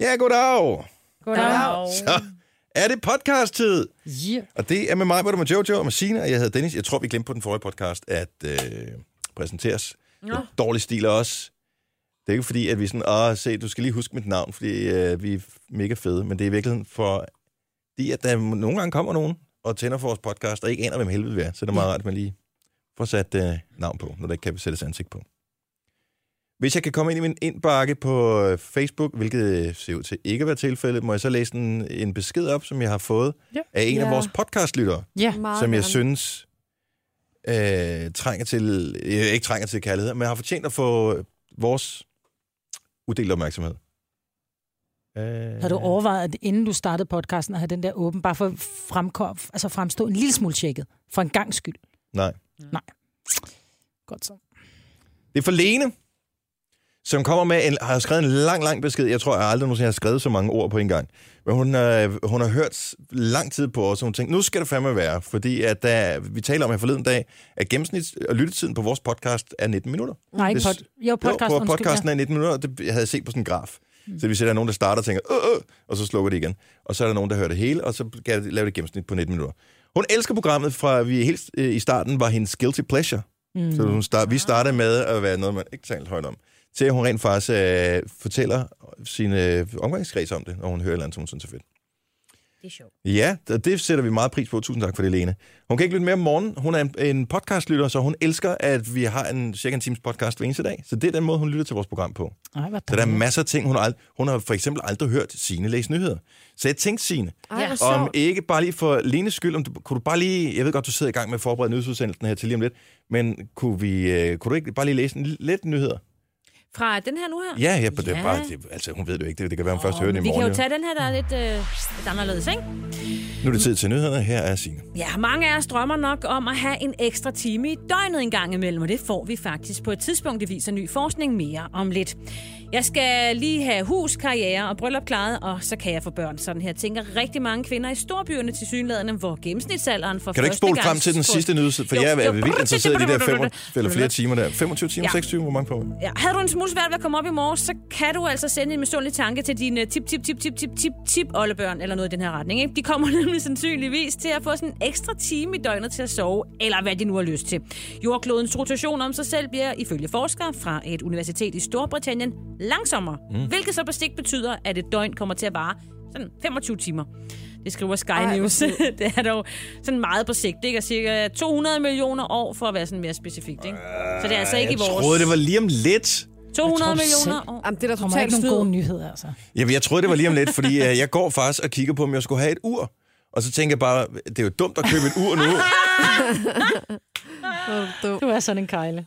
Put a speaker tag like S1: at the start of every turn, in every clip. S1: Ja, goddag.
S2: Goddag.
S1: Så er det podcast-tid.
S2: Yeah.
S1: Og det er med mig, hvor med Jojo og med Sina, og jeg hedder Dennis. Jeg tror, vi glemte på den forrige podcast at øh, præsenteres.
S2: Nå.
S1: Ja. Dårlig stil også. Det er ikke fordi, at vi er sådan, åh, se, du skal lige huske mit navn, fordi øh, vi er mega fede. Men det er i virkeligheden for, de, at der nogle gange kommer nogen og tænder for vores podcast, og ikke aner, hvem helvede vi er. Så er det meget rart, at man lige får sat øh, navn på, når der ikke kan sættes ansigt på. Hvis jeg kan komme ind i min indbakke på øh, Facebook, hvilket øh, ser ud til ikke at være tilfældet, må jeg så læse en, en besked op, som jeg har fået
S2: Ja.
S1: af en ja. af
S3: Ja.
S1: vores podcastlyttere
S2: Ja.
S3: Meget
S1: som jeg
S3: gerne.
S1: synes øh, trænger til, øh, ikke trænger til kærlighed, men har fortjent at få øh, vores uddelt opmærksomhed. Øh,
S4: Har du overvejet, at inden du startede podcasten, at have den der åben, bare for at fremkom, altså fremstå en lille smule tjekket, for en gang skyld?
S1: Nej.
S4: Nej. Godt så.
S1: Det er for Lene, som kommer med en, har skrevet en lang, lang besked. Jeg tror, jeg aldrig nogensinde har skrevet så mange ord på en gang. Men hun, øh, hun har hørt s- lang tid på os, og hun tænkte, nu skal det fandme være. Fordi at der, vi taler om her forleden dag, at gennemsnits- og lyttetiden på vores podcast er 19 minutter.
S4: Nej, ikke
S1: Det-
S4: pod... Jo, podcast,
S1: jo, på
S4: undskyld,
S1: podcasten er 19 minutter, og det havde jeg set på sådan en graf. Mm. Så hvis der er nogen, der starter og tænker, øh, øh, og så slukker de igen. Og så er der nogen, der hører det hele, og så kan jeg lave det gennemsnit på 19 minutter. Hun elsker programmet fra, vi helt øh, i starten var hendes guilty pleasure. Mm. Så hun start, vi startede med at være noget, man ikke talte højt om. Til at hun rent faktisk øh, fortæller sine øh, omgangskreds om det, når hun hører et eller andet, som hun synes er fedt.
S2: Det er sjovt.
S1: Ja, og det sætter vi meget pris på. Tusind tak for det, Lene. Hun kan ikke lytte mere om morgenen. Hun er en, en podcastlytter, så hun elsker, at vi har en cirka en times podcast hver eneste dag. Så det er den måde, hun lytter til vores program på.
S4: Ja. Ej, hvor
S1: Så der er masser af ting, hun har, ald- hun har for eksempel aldrig hørt Sine læse nyheder. Så jeg tænkte, Sine,
S3: Ej,
S2: Ja.
S3: hvor sjovt.
S1: om ikke bare lige for Lenes skyld, om du, kunne du bare lige, jeg ved godt, du sidder i gang med at forberede nyhedsudsendelsen her til lige om lidt, men kunne, vi, øh, kunne du ikke bare lige læse en l- lidt nyheder?
S2: Fra den her nu her?
S1: Ja, ja, på det er
S2: Ja.
S1: bare, det, altså hun ved det jo ikke, det, det kan være, hun først
S2: Åh,
S1: hører det i
S2: men Vi kan
S1: morgen.
S2: jo tage den her, der er lidt, øh, lidt anderledes, ikke?
S1: jo. Nu er det tid til nyhederne, her er Signe.
S2: Ja, mange af os drømmer nok om at have en ekstra time i døgnet en gang imellem, og det får vi faktisk på et tidspunkt, det viser ny forskning mere om lidt. Jeg skal lige have hus, karriere og bryllup klaret, og så kan jeg få børn. Sådan her tænker rigtig mange kvinder i storbyerne til synlæderne, hvor gennemsnitsalderen for
S1: Kan du ikke spole frem til den sidste nyhed? For
S2: Jo,
S1: jeg er,
S2: jo.
S1: er vildt interesseret i de der fem, eller flere timer der. 25 timer,
S2: Ja.
S1: 26, hvor mange på? Åh,
S2: Ja, havde du en smule svært ved at komme op i morges, så kan du altså sende en misundelig tanke til dine tip, tip, tip, tip, tip, tip, tip, oldebørn, eller noget i den her retning. Ikke? De kommer nemlig sandsynligvis til at få sådan en ekstra time i døgnet til at sove, eller hvad de nu har lyst til. Jordklodens rotation om sig selv bliver ifølge forskere fra et universitet i Storbritannien langsommere, mm. hvilket så på stik betyder, at et døgn kommer til at vare sådan 25 timer. Det skriver Sky
S3: Ej, hvor
S2: News.
S3: sødt.
S2: det er dog sådan meget på sigt, ikke? Og cirka 200 millioner år, for at være sådan mere specifikt, ikke? Så det er altså ikke i vores...
S1: Jeg troede, det var lige om lidt.
S2: 200
S4: Jeg tror
S2: millioner
S4: selv-
S2: år.
S3: Jamen, det er da
S4: Der kommer
S3: totalt
S4: ikke nogen gode
S3: snyd.
S4: nyheder, altså.
S1: Jamen, jeg troede, det var lige om lidt, fordi øh, jeg går faktisk og kigger på, om jeg skulle have et ur. Og så tænker jeg bare, det er jo dumt at købe et ur nu.
S3: Hvor er du dum.
S4: Du er sådan en kejle.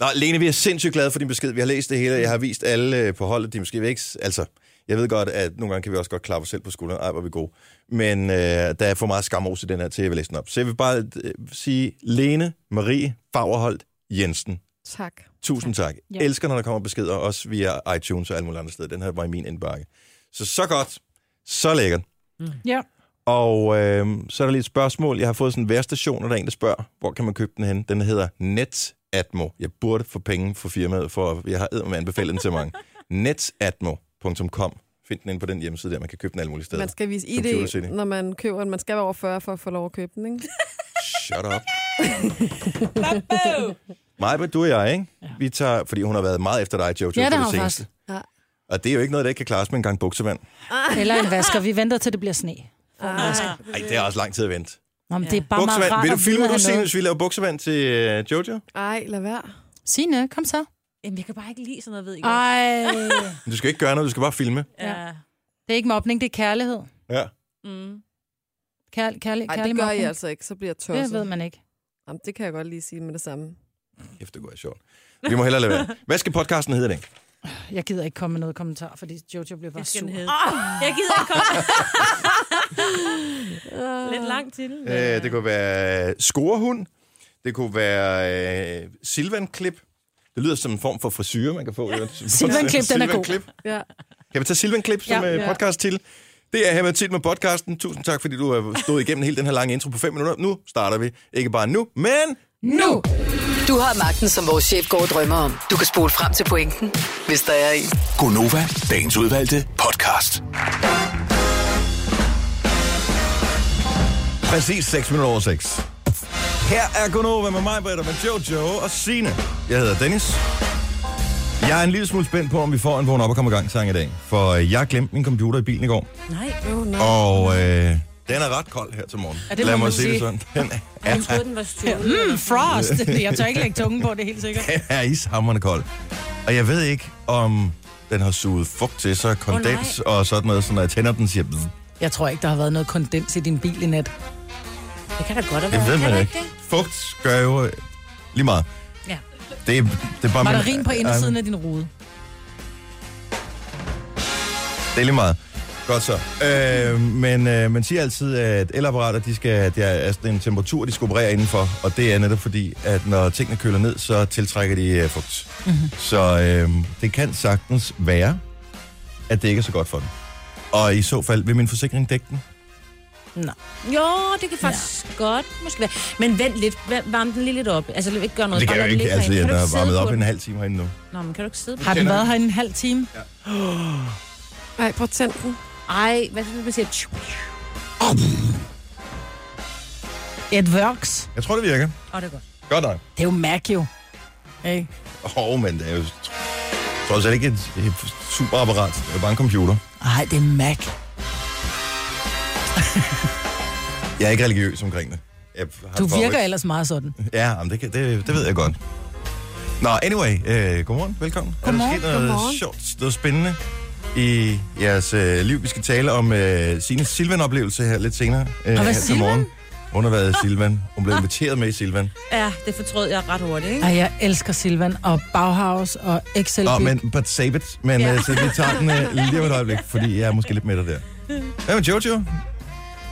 S1: Nå, Lene, vi er sindssygt glade for din besked. Vi har læst det hele, jeg har vist alle øh, på holdet. De er måske ikke... s- Altså, jeg ved godt, at nogle gange kan vi også godt klappe os selv på skulderen. Ej, hvor er vi gode. Men øh, der er for meget skamos i den her, til at jeg vil læse den op. Så jeg vil bare øh, sige, Lene Marie Fagerholt Jensen.
S3: Tak.
S1: Tusind tak.
S4: Ja.
S1: Ja. Elsker, når der kommer beskeder, også via iTunes og alle mulige andre steder. Den her var i min indbakke. Så så godt. Så lækkert.
S4: Mm. Ja.
S1: Og øh, så er der lige et spørgsmål. Jeg har fået sådan en værstation, og der er en, der spørger, hvor kan man købe den henne? Den hedder Netatmo. Jeg burde få penge fra firmaet, for jeg har eddermame anbefalet den til mange. Netatmo.com. Find den inde på den hjemmeside der, man kan købe den alle mulige steder.
S3: Man skal vise ID,
S1: Computer City.
S3: når man køber den. Man skal være over 40 for at få lov at købe den, ikke?
S1: Shut up. Maja, du og jeg, ikke? Vi tager, fordi hun har været meget efter dig, Jojo,
S4: Ja, det
S1: på
S4: har hun
S1: seneste.
S3: Ja.
S1: Og det er jo ikke noget, der ikke kan klares med en gang buksevand.
S4: Eller en vasker. Vi venter, til det bliver sne.
S3: Ah. Ej,
S1: Nej, det er også lang tid at vente.
S4: Nå, men
S2: Ja.
S4: det er bare meget
S1: Buksevand.
S4: rart
S1: Vil du
S4: at vide,
S1: filme,
S4: at
S1: du
S4: han
S1: siger,
S4: noget-
S1: hvis vi laver buksevand til øh, Jojo?
S3: Ej, lad være.
S4: Signe, kom så.
S2: Jamen, jeg kan bare ikke lide sådan noget, ved I godt.
S4: Ej.
S1: Men Du skal ikke gøre noget, du skal bare filme.
S2: Ja.
S4: Det er ikke mobning, det er kærlighed.
S1: Ja.
S2: Mm.
S4: Kærl, kærlig,
S3: Ej,
S4: kærlig
S3: det gør I
S4: mobning.
S3: altså ikke. Så bliver jeg
S4: Det ved
S3: tosset.
S4: man ikke.
S3: Jamen, det kan jeg godt lige sige med det samme.
S1: Kæft, det kunne være sjovt. Vi må hellere lade være. Hvad skal podcasten hedde, Ding?
S4: Jeg gider ikke komme med noget kommentar, fordi Jojo bliver bare
S2: Hvad skal
S4: sur.
S2: den hedde?
S3: Ah!
S2: Jeg gider ikke komme. Lidt langt til. men,
S1: Øh, det kunne være scorehund. Det kunne være øh, silvanklip. Det lyder som en form for frisyr, man kan få. Ja.
S4: Silvanklip, den er god.
S1: Silvanklip.
S3: Ja.
S1: Kan vi tage Silvanklip som
S4: Ja.
S1: ja.
S4: Ja.
S1: podcast til? Det er her med tid med podcasten. Tusind tak, fordi du har stået igennem hele den her lange intro på 5 minutter. Nu starter vi. Ikke bare nu, men
S4: Nu!
S5: Du har magten, som vores chef går og drømmer om. Du kan spole frem til pointen, hvis der er en.
S6: Gonova, dagens udvalgte podcast.
S1: Præcis 6 minutter over 6. Her er Gunova med mig, Britta, med Jojo og Sine. Jeg hedder Dennis. Jeg er en lille smule spændt på, om vi får en vågen op og komme i gang sang i dag. For øh, jeg glemte min computer i bilen i går,
S2: Nej.
S3: Oh, nej.
S1: og øh, den er ret kold her til morgen.
S4: Ja, det må
S1: Lad
S4: man
S1: mig sige det
S4: sige.
S1: sådan. Den
S2: Jeg troede, den var stjålet.
S4: Mm, frost. Jeg tør ikke lægge tungen på det, helt sikkert.
S1: er ishammerende kold. Og jeg ved ikke, om den har suget fugt til sig, kondens oh, og sådan noget, så når jeg tænder den, siger... "Bzz."
S4: Jeg tror ikke, der har været noget kondens i din bil i nat.
S2: Det kan da godt have
S1: Det
S2: været.
S1: ved
S2: Kan der
S1: man ikke.
S2: det?
S1: Fugt gør jo øh, lige meget.
S2: Ja.
S1: Det, er- det er um, bare
S4: Var der
S1: min-
S4: rim på
S1: Ej,
S4: indersiden af din rude?
S1: Det er lige meget. Godt så. Øh, men øh, man siger altid, at elapparater, de skal, det er altså en temperatur, de skal operere indenfor. Og det er netop fordi, at når tingene køler ned, så tiltrækker de øh, fugt. Mm-hmm. Så øh, det kan sagtens være, at det ikke er så godt for dem. Og i så fald, vil min forsikring dække den?
S4: Nej.
S2: Jo, det kan faktisk ja. godt måske være. Men vent lidt. Hva- Varm den lige lidt op. Altså, lad ikke gøre noget.
S1: Det kan
S2: Bare
S1: jeg jo
S2: lad den
S1: ikke.
S2: ligge
S1: Altså,
S2: herinde.
S1: jeg
S2: Kan du
S1: er
S2: ikke
S1: varmet
S2: sidde
S1: op
S2: på
S1: en halv time herinde nu.
S2: den? Nå, men kan du ikke sidde på den?
S4: Har den været her i en halv time?
S3: Ej, prøv at tænd den.
S2: Ej, hvad skal man sige? Tju.
S4: It works.
S1: Jeg tror, det virker.
S2: Åh, det er godt.
S1: Godt nok.
S4: Det er jo Mac jo. Hey.
S1: Åh, oh, men det er jo trods alt ikke et, et super apparat. Det er bare en computer.
S4: Ej, det er Mac.
S1: Jeg er ikke religiøs omkring det. Jeg har
S4: Du
S1: for-
S4: virker ellers meget sådan.
S1: Ja, men det, kan, det, det ved jeg godt. Nå, anyway, øh, godmorgen, velkommen. er der
S3: Godmorgen,
S1: sket noget
S3: godmorgen.
S1: sjovt, noget spændende i jeres øh, liv? Vi skal tale om øh, Sines Silvan-oplevelse her lidt senere. Øh,
S4: Og
S1: her
S4: hvad
S1: til
S4: Silvan?
S1: morgen. Hun har været
S3: Ah.
S1: i Silvan. Hun blev inviteret med i Silvan.
S2: Ja, det fortrød jeg ret hurtigt, ikke?
S4: Ej, jeg elsker Silvan og Bauhaus og Excel.
S1: Nå, men but save it. Men ja. øh, så vi tager den øh, lige om et øjeblik, fordi jeg er måske lidt med dig der. Hvad med Jojo?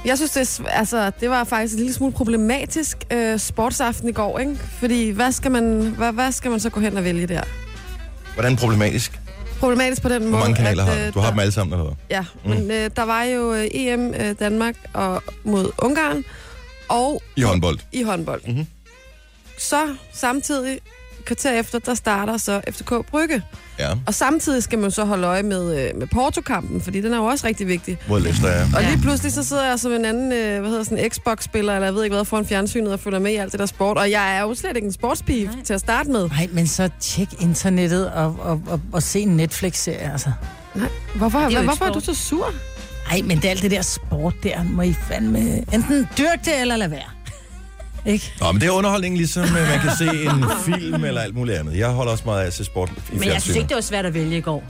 S3: Jeg synes, det, er sv- altså, det var faktisk en lille smule problematisk øh, sportsaften i går, ikke? Fordi hvad skal, man, hvad, hvad skal man så gå hen og vælge der?
S1: Hvordan problematisk?
S3: Problematisk på den måde,
S1: Hvor mange kanaler har
S3: at,
S1: du?
S3: øh,
S1: Du har
S3: der-
S1: dem alle sammen, eller hvad?
S3: Ja,
S1: Mm.
S3: mm. men øh, der var jo øh, EM øh, Danmark og, mod Ungarn og
S1: I håndbold.
S3: i håndbold.
S1: Mhm.
S3: Mm-hmm. Så samtidig, kvarter efter, der starter så FCK Brygge.
S1: Ja,
S3: Og samtidig skal man så holde øje med, øh, med Porto-kampen, fordi den er jo også rigtig vigtig.
S1: mod Leicester, ja.
S3: Og
S2: Ja.
S3: lige pludselig så sidder jeg som en anden, øh, hvad hedder sådan, Xbox-spiller, eller jeg ved ikke hvad, foran fjernsynet og følger med i alt det der sport. Og jeg er jo slet ikke en sportspige
S2: Nej.
S3: Nej. til at starte med.
S4: Nej, men så tjek internettet og, og, og, og se en Netflix-serie, altså.
S3: Hvorfor,
S2: jo
S3: er
S2: ikke
S3: hvorfor er du
S2: sport.
S3: så sur?
S4: Ej, men det er alt det der sport der, må I fandme... Enten dyrk det, eller lad være. Ikke?
S1: Nå, men det er underholdning, ligesom øh, man kan se en film eller alt muligt andet. Jeg holder også meget af at se sport i
S2: Men jeg synes
S1: fjernsynet.
S2: ikke, det var svært at vælge i går.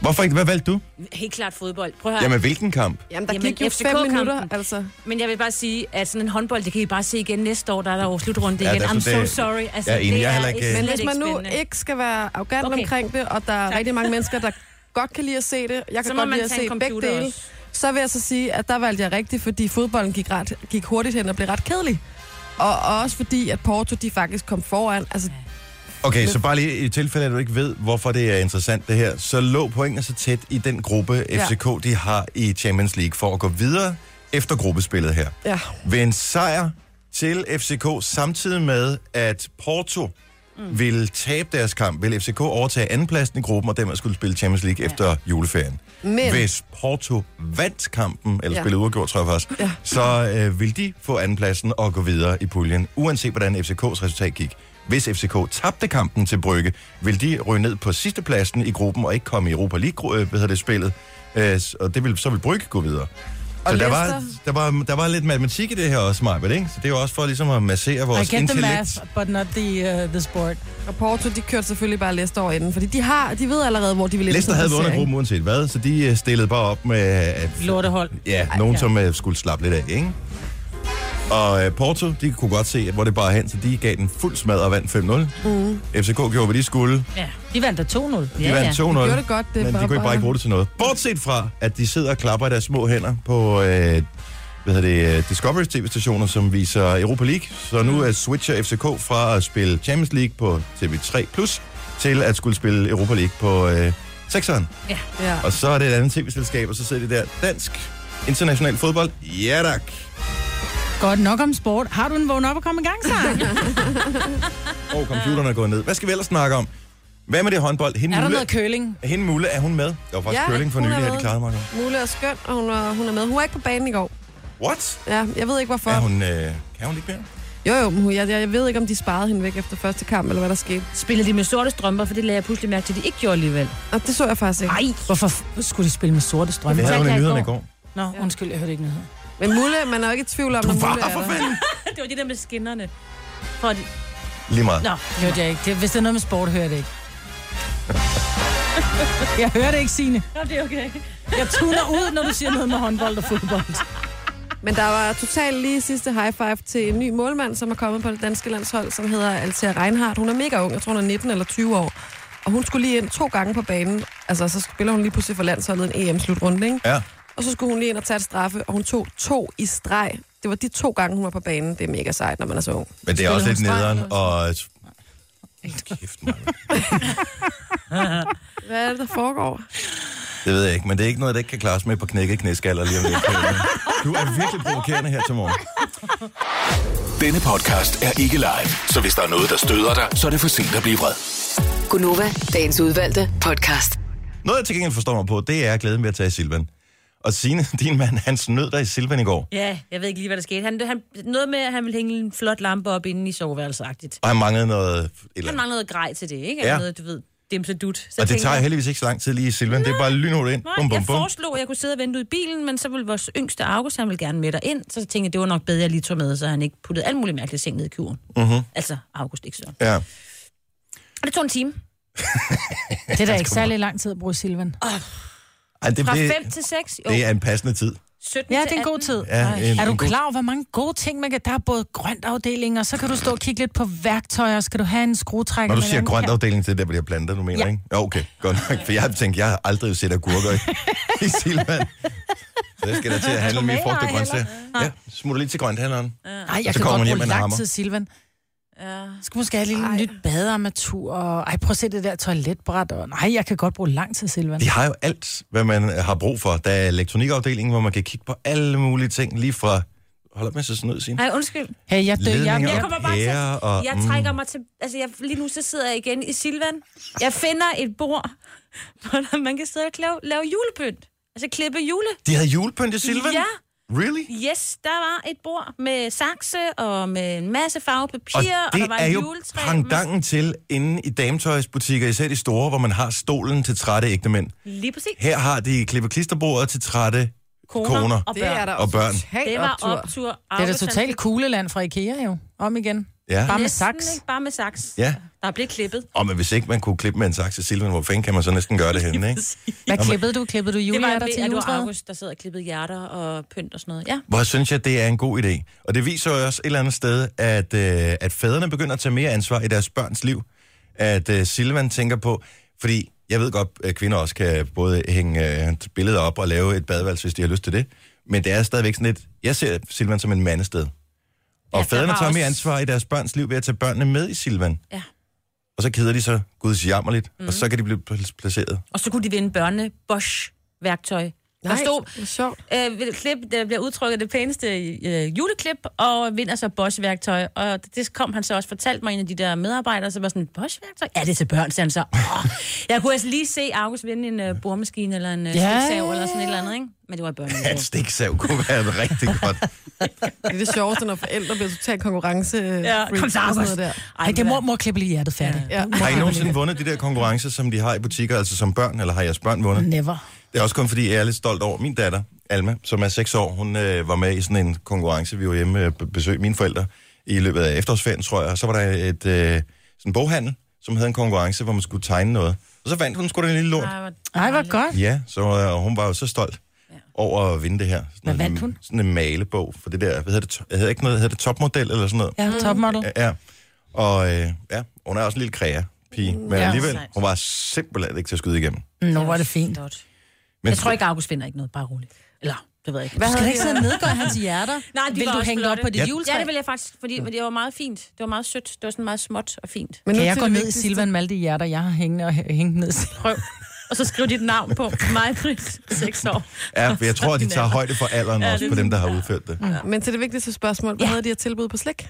S1: Hvorfor ikke? Hvad valgte du?
S2: Helt klart fodbold. Prøv at høre.
S1: Jamen, hvilken kamp?
S3: Jamen, der
S2: Jamen,
S3: gik jo fem
S2: FCK-kampen.
S3: minutter, altså.
S2: Men jeg vil bare sige, at sådan en håndbold, det kan I bare se igen næste år, der er der jo slutrunde
S1: Ja,
S2: igen.
S1: der er
S2: I'm
S1: sådan-
S2: so sorry. Altså,
S1: Jeg er enig,
S2: det
S1: jeg er
S2: er
S1: heller ikke-
S2: slet
S1: Men
S3: Men hvis man nu
S2: spændende.
S3: ikke skal være arrogant
S2: Okay.
S3: okay. omkring det, og der er rigtig mange mennesker, der godt kan lide at se det, jeg kan
S2: så må
S3: godt lide
S2: man
S3: at
S2: tage en
S3: se begge
S2: computer
S3: dele,
S2: også.
S3: så vil jeg så sige, at der valgte jeg rigtigt, fordi fodbolden gik, ret, gik hurtigt hen og blev ret kedelig. Og, og også fordi, at Porto de faktisk kom foran. Altså,
S1: Okay, så bare lige i tilfælde, at du ikke ved, hvorfor det er interessant det her, så lå pointene så tæt i den gruppe,
S3: Ja.
S1: FCK de har i Champions League, for at gå videre efter gruppespillet her.
S3: ja.
S1: Ved en sejr til FCK, samtidig med, at Porto mm. ville tabe deres kamp, ville FCK overtage andenpladsen i gruppen, og dermed skulle spille Champions League ja. efter juleferien.
S3: Men
S1: Hvis Porto vandt kampen, eller ja.
S3: Ja.
S1: spillede uafgjort, tror jeg faktisk, ja.
S3: Ja.
S1: så øh, vil de få andenpladsen og gå videre i puljen, uanset hvordan FCK's resultat gik. Hvis FCK tabte kampen til Brygge, vil de ryge ned på sidstepladsen i gruppen og ikke komme i Europa League, øh, hvad hedder det, spillet. Øh, s- og det vil, så vil Brygge gå videre.
S3: Og
S1: så der var,
S3: Leicester?
S1: der, var, der var lidt matematik i det her også, Maja, ikke? Så det er jo også for ligesom at massere
S4: I
S1: vores
S4: get the math,
S1: intellekt.
S4: but not the, uh, the sport.
S3: og Porto, de kørte selvfølgelig bare Leicester over inden, fordi de, har, de ved allerede, hvor de vil ende
S1: Leicester
S3: som
S1: havde vundet
S3: placering.
S1: gruppen uanset hvad, så de øh, stillede bare op med... øh,
S4: Lortehold.
S1: Ja, nogen,
S4: ja.
S1: som øh, skulle slappe lidt af, ikke? Og øh, Porto, de kunne godt se, at hvor det bare er hen, så de gav den fuld smad og vandt 5-0. Mm. FCK gjorde, hvad de skulle. De
S2: Ja.
S4: De vandt da 2-0.
S1: ja,
S2: Ja, ja.
S1: vandt 2-0,
S3: De gjorde det godt, det
S1: men de
S3: var
S1: kunne ikke bare ikke bruge det til noget. Bortset fra, at de sidder og klapper i deres små hænder på... Øh, hvad hedder det, øh, Discovery TV-stationer, som viser Europa League. Så
S3: Mm.
S1: nu er switcher FCK fra at spille Champions League på TV3+, Plus til at skulle spille Europa League på øh, 6'eren.
S3: Ja.
S1: Og så er det et andet tv-selskab, og så sidder de der dansk international fodbold. Ja tak.
S4: Godt nok om sport. Har du en vågen op og komme i gang, sang?
S1: Åh, oh, computeren er gået ned. Hvad skal vi ellers snakke om? Hvad med det håndbold? Hende
S4: er der
S1: Mulle,
S4: noget curling?
S1: hende Mulle, er hun med? Der var faktisk ja,
S3: Ja,
S1: curling for
S3: hun er
S1: nylig, at de
S3: med.
S1: klarede mig.
S3: Mulle er skøn, og hun er, hun er med. Hun var ikke på banen i går.
S1: What?
S3: Ja, jeg ved ikke, hvorfor.
S1: Er hun, øh, kan hun ikke mere?
S3: Jo, jo, men hun, jeg, jeg ved ikke, om de sparede hende væk efter første kamp, eller hvad der skete.
S2: Spiller de med sorte strømper, for det lagde jeg pludselig mærke til, at de ikke gjorde alligevel.
S3: Og det så jeg faktisk ikke.
S2: Ej,
S4: Hvorfor f- skulle de spille med sorte strømper?
S1: Det havde hun i
S2: jeg i
S1: nyhederne i
S2: går.
S1: går.
S4: Nå, undskyld, jeg hørte ikke nyheder.
S3: Men Mulle, man er jo ikke i tvivl om,
S1: Du
S3: at
S1: var
S3: Mulle
S1: for
S3: er der.
S1: fanden!
S2: det var det der med skinnerne. For de...
S1: Lige meget.
S4: Nå, det hørte jeg ikke. Det, hvis det er noget med sport, hører jeg det ikke. Jeg hører det ikke, Signe.
S2: Nå, det er okay.
S4: Jeg tuner ud, når du siger noget med håndbold og fodbold.
S3: Men der var totalt lige sidste high five til en ny målmand, som er kommet på det danske landshold, som hedder Althea Reinhardt. Hun er mega ung, jeg tror hun er 19 eller 20 år. Og hun skulle lige ind to gange på banen. Altså, så spiller hun lige pludselig for landsholdet en EM-slutrunde, ikke?
S1: Ja.
S3: Og så skulle hun lige ind og tage et straffe, og hun tog to i streg. Det var de to gange, hun var på banen. Det er mega sejt, når man er så ung.
S1: Men det er også
S4: hun
S1: lidt
S4: streg,
S1: nederen,
S4: eller
S1: og... Kæft, Maja.
S3: Hvad er det, der foregår?
S1: Det ved jeg ikke, men det er ikke noget, der ikke kan klares med på knækket knæskaller lige om lidt. Du er virkelig provokerende her til morgen.
S6: Denne podcast er ikke live, så hvis der er noget, der støder dig, så er det for sent at blive vred.
S5: Gunova, dagens udvalgte podcast.
S1: Noget, jeg til gengæld forstår mig på, det er glæden ved at tage Silvan. Og Signe, din mand, han snød dig i Silvan i går,
S2: Ja, jeg ved ikke lige, hvad der skete. Han, han, noget med, at han ville hænge en flot lampe op inde i soveværelseagtigt.
S1: og han manglede noget... et Eller...
S2: Han mangler noget grej til det, ikke?
S1: Ja.
S2: Ja. Noget, du ved, dimse dut. Så
S1: Og det
S2: tænker
S1: tager
S2: jeg,
S1: heldigvis ikke så lang tid lige i Silvan, det er bare lynhurtigt ind.
S2: Nej,
S1: Bum, bum,
S2: jeg
S1: bum.
S2: foreslog, at jeg kunne sidde og vente ud i bilen, men så ville vores yngste August, han ville gerne med ind. Så tænkte jeg, det var nok bedre, at jeg lige tog med, så han ikke puttede alt muligt mærkeligt ting ned i kuren. Uh-huh. Altså, August ikke så.
S1: Mhm. Ja.
S2: Og det tog en time.
S4: Det er
S1: Altså,
S4: da ikke særlig lang tid at bruge Silvan.
S1: Ej, det,
S2: Fra 5
S1: det,
S2: til 6, jo.
S1: det er en passende tid.
S2: 17
S4: Ja,
S2: til
S4: det er en god
S2: 18.
S4: tid.
S1: Ja, en,
S4: Er du
S1: en god-
S4: klar over, hvor mange gode ting man kan... Der er både grønt afdeling, og så kan du stå og kigge lidt på værktøjer, skal du have en skruetrækker...
S1: Når du
S4: med
S1: siger
S4: en anden
S1: grønt
S4: kant?
S1: afdeling, det er der, hvor de har planter, du mener, ja. ikke? Ja, okay, godt nok. For jeg har tænkt, jeg har aldrig set agurker i, i Silvan. Så jeg skal da til at handle mye frugt og
S4: Tomater
S1: grøntsager. Ja, smutter lige til grønthandleren.
S4: Nej, jeg
S1: Så
S4: kan
S1: kommer man
S4: godt
S1: hjem
S4: bruge
S1: med en
S4: lang
S1: hammer.
S4: tid, Silvan.
S2: Ja.
S4: Skal måske have et lille nyt badearmatur, og ej, prøv at se det der toiletbræt, og nej, jeg kan godt bruge lang tid, Silvan.
S1: De har jo alt, hvad man øh, har brug for. Der er elektronikafdelingen, hvor man kan kigge på alle mulige ting, lige fra... Hold op med at se sådan ud, Signe.
S2: Nej, undskyld.
S4: Hey, jeg, dø, jeg,
S1: Ledninger
S4: jeg,
S2: Jeg
S1: op.
S2: kommer bare til,
S1: Pære og-
S2: jeg
S1: mm.
S2: trækker mig til, altså jeg, lige nu så sidder jeg igen i Silvan. Jeg finder et bord, hvor man kan sidde og lave, lave julepynt. Altså klippe jule.
S1: De havde julepynt i Silvan?
S2: Ja.
S1: Really?
S2: Yes, der var et bord med sakse og med en masse farvepapir,
S1: Og
S2: og,
S1: det
S2: og der var
S1: er
S2: et
S1: jo
S2: juletræ.
S1: pangdangen til inde i dametøjsbutikker, især de store, hvor man har stolen til trætte ægtemænd.
S2: Lige præcis.
S1: Her har de klippeklisterbordet til trætte koner. koner.
S2: og
S3: Det er
S2: børn.
S3: der
S1: Og
S3: også
S1: børn.
S3: totalt
S2: Det var
S3: optur.
S2: optur.
S4: det er da
S2: August, han
S4: totalt
S2: fik
S4: kugleland fra Ikea jo. Om igen.
S1: Ja.
S4: Bare med
S2: næsten,
S4: saks.
S2: ikke? Bare med saks.
S1: Ja.
S2: Der blev klippet.
S1: Og men hvis ikke man kunne klippe med en saks til Silvan, hvor fanden kan man så næsten gøre det henne, ikke?
S4: Hvad klippede du? Klippede du
S2: Det var,
S4: julehjerter til
S2: at det var
S4: juletræet?
S2: August, der sad og klippede hjerter og pynt og sådan noget. Ja.
S1: Hvor synes jeg, det er en god idé. Og det viser jo også et eller andet sted, at, øh, at fædrene begynder at tage mere ansvar i deres børns liv. At øh, Silvan tænker på, fordi jeg ved godt, at kvinder også kan både hænge øh, billeder op og lave et badeværelse, hvis de har lyst til det. Men det er stadigvæk sådan lidt, jeg ser Silvan som en mandested. Og
S2: Ja,
S1: ja,
S2: der
S1: fædrene
S2: var
S1: tager mere
S2: også-
S1: ansvar i deres børns liv ved at tage børnene med i Silvan.
S2: ja.
S1: Og så keder de så guds jammerligt, mm. og så kan de blive pl- placeret.
S2: Og så kunne de vinde børne Bosch værktøj. Der
S3: Nej,
S2: stod,
S3: hvor sjovt.
S2: øh, ved et klip, der bliver udtrykket det pæneste øh, juleklip, og vinder så Bosch-værktøj. Og det kom han så også fortalt mig, en af de der medarbejdere, som var sådan, Bosch-værktøj? Ja, det er til børn, siger han så. Åh, jeg kunne altså lige se August vinde en øh, boremaskine, eller en øh,
S4: Ja.
S2: stiksav, eller sådan et eller andet, ikke? Men det var børn.
S1: Ja, et stiksav kunne være et rigtig godt.
S3: Det er det sjoveste, når forældre bliver totalt konkurrence. øh,
S2: Ja, kom så, August.
S4: Ej, det må, må klippe lige hjertet færdigt.
S3: Ja.
S1: Har I nogensinde vundet de der konkurrencer, som de har i butikker, altså som børn, eller har jeres børn vundet?
S4: Never.
S1: Det er også kun fordi, jeg er lidt stolt over min datter, Alma, som er 6 år. Hun øh, var med i sådan en konkurrence. Vi var hjemme og øh, besøgte mine forældre i løbet af efterårsferien, tror jeg. Og så var der et, øh, sådan en boghandel, som havde en konkurrence, hvor man skulle tegne noget. Og så vandt hun sgu da en lille lort.
S4: Ej, hvor godt.
S1: Ja, så øh, hun var jo så stolt over at vinde det her. Sådan
S4: Hvad
S1: noget-
S4: vandt hun?
S1: Sådan en malebog for det der, hvad hedder det, to- hedder ikke noget, hedder det topmodel eller sådan noget?
S4: Ja, topmodel.
S1: Ja. ja. Og øh, ja, hun er også en lille kræer pige, men
S4: Ja.
S1: alligevel, hun var simpelthen ikke til at skyde igennem.
S4: Nå, Mm, var det fint.
S1: Men
S2: Jeg tror ikke, August vinder ikke noget, bare roligt. Eller, det ved jeg ikke.
S4: Du skal da ikke sidde og nedgøre hans hjerter.
S2: Nej, de
S4: Vil
S2: var
S4: du
S2: også
S4: hænge det op
S2: flotte.
S4: på dit
S1: Ja.
S2: Ja,
S4: juletræ?
S2: det vil jeg faktisk, fordi fordi det var meget fint. Det var meget sødt. Det var sådan meget småt og fint.
S3: Men
S4: Kan jeg
S3: til
S4: gå
S3: det
S4: ned i
S3: vigtigste.
S4: Silvan Malte hjerter, jeg har hængende og hæ- hænge ned i sit røv?
S2: og så skriv dit navn på mig, Britt, 6 år.
S1: Ja, for jeg tror, at de tager højde for alderen
S2: Ja,
S1: også
S2: det-
S1: på dem, der har udført det.
S3: Men til det vigtigste spørgsmål, hvad ja.
S2: Ja.
S3: havde de her tilbud på slik?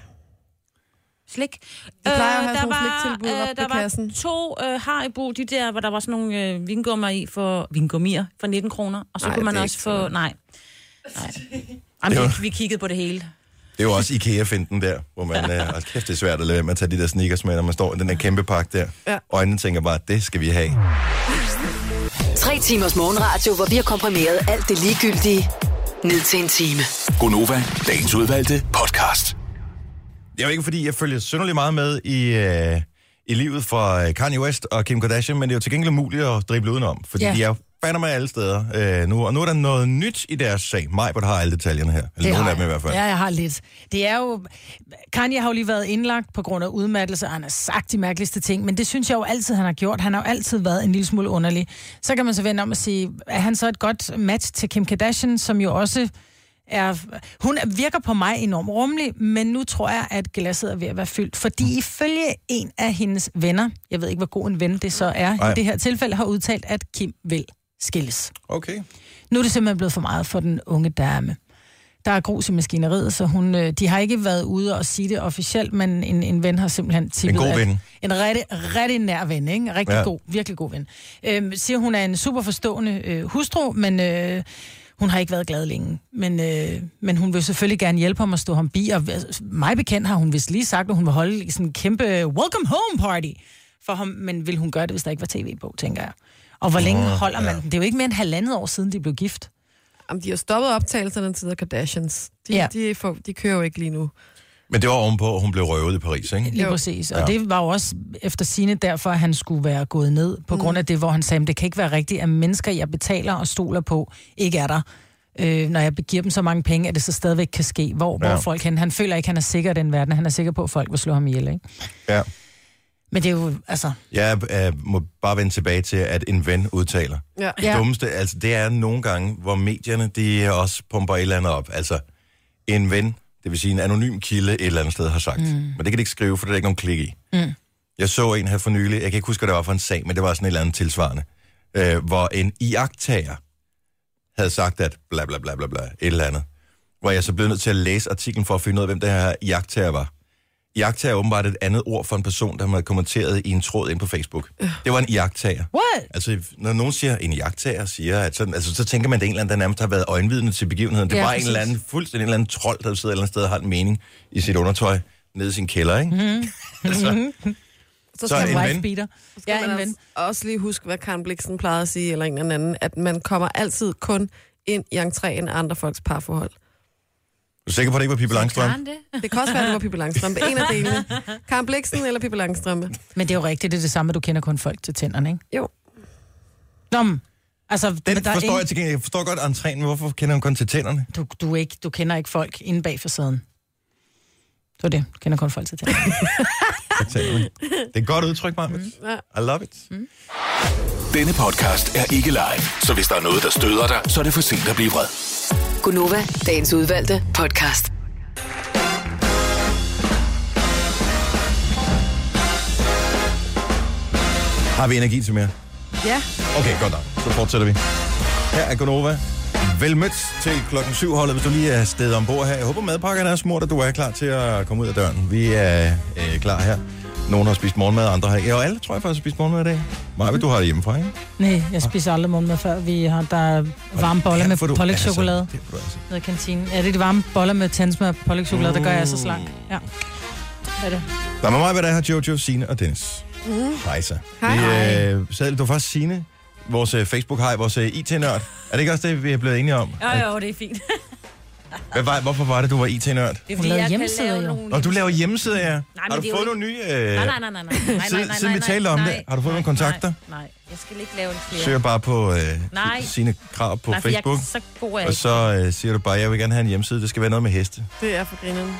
S2: Slik.
S3: De plejer at
S2: Øh,
S3: have
S2: der
S3: sådan nogle
S2: var,
S3: sliktilbud
S2: øh,
S3: op ved
S2: Der
S3: kassen.
S2: var to øh, Haribo, de der, hvor der var sådan nogle øh, vingummer i for, vingummier for 19 kroner. Og så
S3: Nej,
S2: kunne man
S3: det er
S2: også
S3: ikke
S2: få...
S3: sådan.
S2: Nej. nej. Jamen,
S1: Det var-
S2: vi, vi kiggede på det hele.
S1: Det er jo også IKEA-finden der, hvor man... Øh, hold kæft, det er svært at lade være med at tage de der sneakers med, når man står i den der kæmpe pakke der.
S3: Ja.
S1: Øjnene tænker bare, det skal vi have.
S5: Tre timers morgenradio, hvor vi har komprimeret alt det ligegyldige ned til en time.
S6: Gonova, dagens udvalgte podcast.
S1: Det er jo ikke, fordi jeg følger synderligt meget med i, øh, i livet fra øh, Kanye West og Kim Kardashian, men det er jo til gengæld muligt at drible udenom, fordi
S4: Ja.
S1: de er jo fandme alle steder øh, nu. Og nu er der noget nyt i deres sag. Majbert har alle detaljerne her. Eller
S4: har
S1: nogle af
S4: jeg.
S1: dem i hvert fald.
S4: Ja, jeg har lidt. Det er jo... Kanye har jo lige været indlagt på grund af udmattelse, og han har sagt de mærkeligste ting, men det synes jeg jo altid, han har gjort. Han har jo altid været en lille smule underlig. Så kan man så vende om og sige, er han så et godt match til Kim Kardashian, som jo også er... Hun virker på mig enormt rummelig, men nu tror jeg, at glasset er ved at være fyldt,
S1: Mm.
S4: fordi ifølge en af hendes venner, jeg ved ikke, hvor god en ven det så er,
S1: Nej.
S4: i det her tilfælde har udtalt, at Kim vil skilles.
S1: Okay.
S4: Nu er det simpelthen blevet for meget for den unge dame. Der er grus i maskineriet, så hun, øh, de har ikke været ude og sige det officielt, men en, en ven har simpelthen tippet...
S1: god
S4: at-
S1: ven.
S4: En rigtig, rigtig nær ven, ikke? Rigtig
S1: Ja.
S4: ja. god, virkelig god ven. Øhm, siger, hun er en super forstående øh, hustru, men øh, hun har ikke været glad længe. Men, øh, men hun vil selvfølgelig gerne hjælpe ham og stå ham bi, og øh, mig bekendt har hun vist lige sagt, at hun vil holde sådan en kæmpe welcome home party for ham, men vil hun gøre det, hvis der ikke var tv på, tænker jeg. Og hvor længe holder man den? Det er jo ikke mere end halvandet år siden, de blev gift.
S3: Jamen, de har stoppet optagelserne til The Kardashians. De,
S4: Ja.
S3: ja. de, får, de kører jo ikke lige nu.
S1: Men det var ovenpå, at hun blev røvet i Paris, ikke?
S4: Lige
S3: Jo.
S4: præcis. Og
S1: Ja.
S4: ja. det var jo også efter sine derfor, at han skulle være gået ned,
S3: Mm.
S4: på grund af det, hvor han sagde, "Men det kan ikke være rigtigt, at mennesker, jeg betaler og stoler på, ikke er der. Øh, når jeg giver dem så mange penge, at det så stadigvæk kan ske. Hvor, ja.
S1: Ja.
S4: hvor folk han, han føler ikke, han er sikker i den verden. Han er sikker på, at folk vil slå ham ihjel. Ikke?
S1: Ja.
S4: Men det er jo, altså...
S1: Jeg øh, må bare vende tilbage til, at en ven udtaler.
S3: Ja.
S1: Det ja. dummeste, altså, det er nogle gange, hvor medierne, de også pumper et eller andet op. Altså, en ven, det vil sige en anonym kilde et eller andet sted, har sagt. Mm. Men det kan de ikke skrive, for det er der ikke nogen klik i. Mm. Jeg så en her for nylig, jeg kan ikke huske, hvad det var for en sag, men det var sådan et eller andet tilsvarende, øh, hvor en iagtager havde sagt, at bla bla bla bla bla, et eller andet. Hvor jeg så blev nødt til at læse artiklen for at finde ud af, hvem det her iagtager var. Iagtager er åbenbart et andet ord for en person, der havde kommenteret i en tråd ind på Facebook.
S3: Øh.
S1: Det var en iagtager.
S4: What?
S1: Altså, når nogen siger, en jagttager siger, at sådan, altså, så tænker man, at det er en eller anden, der nærmest har været øjenvidende til begivenheden. Det
S4: Ja,
S1: var en
S4: præcis.
S1: eller anden, fuldstændig en eller anden trold, der sidder et eller andet sted og har en mening i sit undertøj nede i sin kælder, ikke?
S4: Mhm.
S1: Mm. altså, Så
S3: Så skal,
S1: en
S3: man,
S1: ven.
S4: Wife beater.
S3: skal
S4: Ja,
S3: man
S4: en
S3: også,
S4: ven.
S3: også lige huske, hvad Karen Bliksen plejede at sige, eller en eller anden, at man kommer altid kun ind i entréen af andre folks parforhold.
S1: er du sikker på, at det ikke var Pippi Langstrøm?
S2: det?
S3: Det kan også være, at det var Pippi Langstrømpe. En af delene. Karen Bliksen eller Pippi Langstrømpe.
S4: Men det er jo rigtigt, det er det samme, at du kender kun folk til tænderne, ikke?
S3: Jo.
S4: Nå, men, altså,
S1: Den
S4: men der er
S1: forstår jeg
S4: ingen-
S1: til gengæld. Jeg forstår godt entréen, men hvorfor kender hun kun til tænderne?
S4: du, du, er ikke, du kender ikke folk inde bag facaden. Så er det. Du kender kun folk til tænderne.
S1: Til tænderne. Det er et godt udtryk, Marmit.
S4: Mhm.
S1: I love it.
S2: Mm.
S6: Denne podcast er ikke live, så hvis der er noget, der støder dig, så er det for sent at blive vred.
S5: Gunova, dagens udvalgte podcast.
S1: Har vi energi til mere?
S3: Ja.
S1: Okay, godt nok. Så fortsætter vi. Her er Gonova. Vel mødt til klokken 7 holdet, hvis du lige er stedet ombord her. Jeg håber, madpakkerne er smurt, og du er klar til at komme ud af døren. Vi er øh, klar her. Nogle har spist morgenmad, andre har ikke. Ja, og alle tror jeg faktisk har spist morgenmad i dag. Maja, du har det hjemmefra, ikke?
S4: Nej, jeg spiser aldrig morgenmad før. Vi har der er varme boller
S1: Her
S4: med
S1: får du-
S4: pålægschokolade
S1: Altså, det får du altså.
S4: nede i kantinen. Ja, det er de varme boller med tandsmør og pålægschokolade, der gør jeg så
S1: Mm.
S4: slank. Ja. Hvad er det?
S1: Der er med mig, hvad der er her, Jojo, Sine og Dennis. Mm. Hej så.
S3: Hej.
S1: Vi, øh, sad, det var faktisk Sine, vores øh, Facebook-hej, vores øh, IT-nørd. Er det ikke også det, vi er blevet enige om?
S2: Jo, jo, det er fint.
S1: Hvad, var- hvorfor var det, du var IT-nørd?
S2: Det er
S4: Hun
S2: fordi,
S4: lavede
S2: jeg kan
S4: hjemmesider,
S2: lave
S4: jo.
S2: nogle...
S1: Nå, du laver hjemmesider, ja. Nej,
S2: men
S1: har du
S2: det er jo
S1: fået nogle nye... Øh...
S2: Nej, nej, nej, nej, nej. nej, nej,
S1: Siden-
S2: nej,
S1: siden vi
S2: nej,
S1: talte om
S2: nej,
S1: det, har du fået nogle
S2: nej,
S1: kontakter?
S2: Nej, nej, jeg skal ikke lave en flere.
S1: Søger bare på øh,
S2: Nej.
S1: sine krav på
S2: nej,
S1: nej,
S2: for
S1: Facebook,
S2: Jeg er så god af
S1: og
S2: det.
S1: så øh, siger du bare, jeg vil gerne have en hjemmeside, det skal være noget med heste.
S3: Det er for grineren.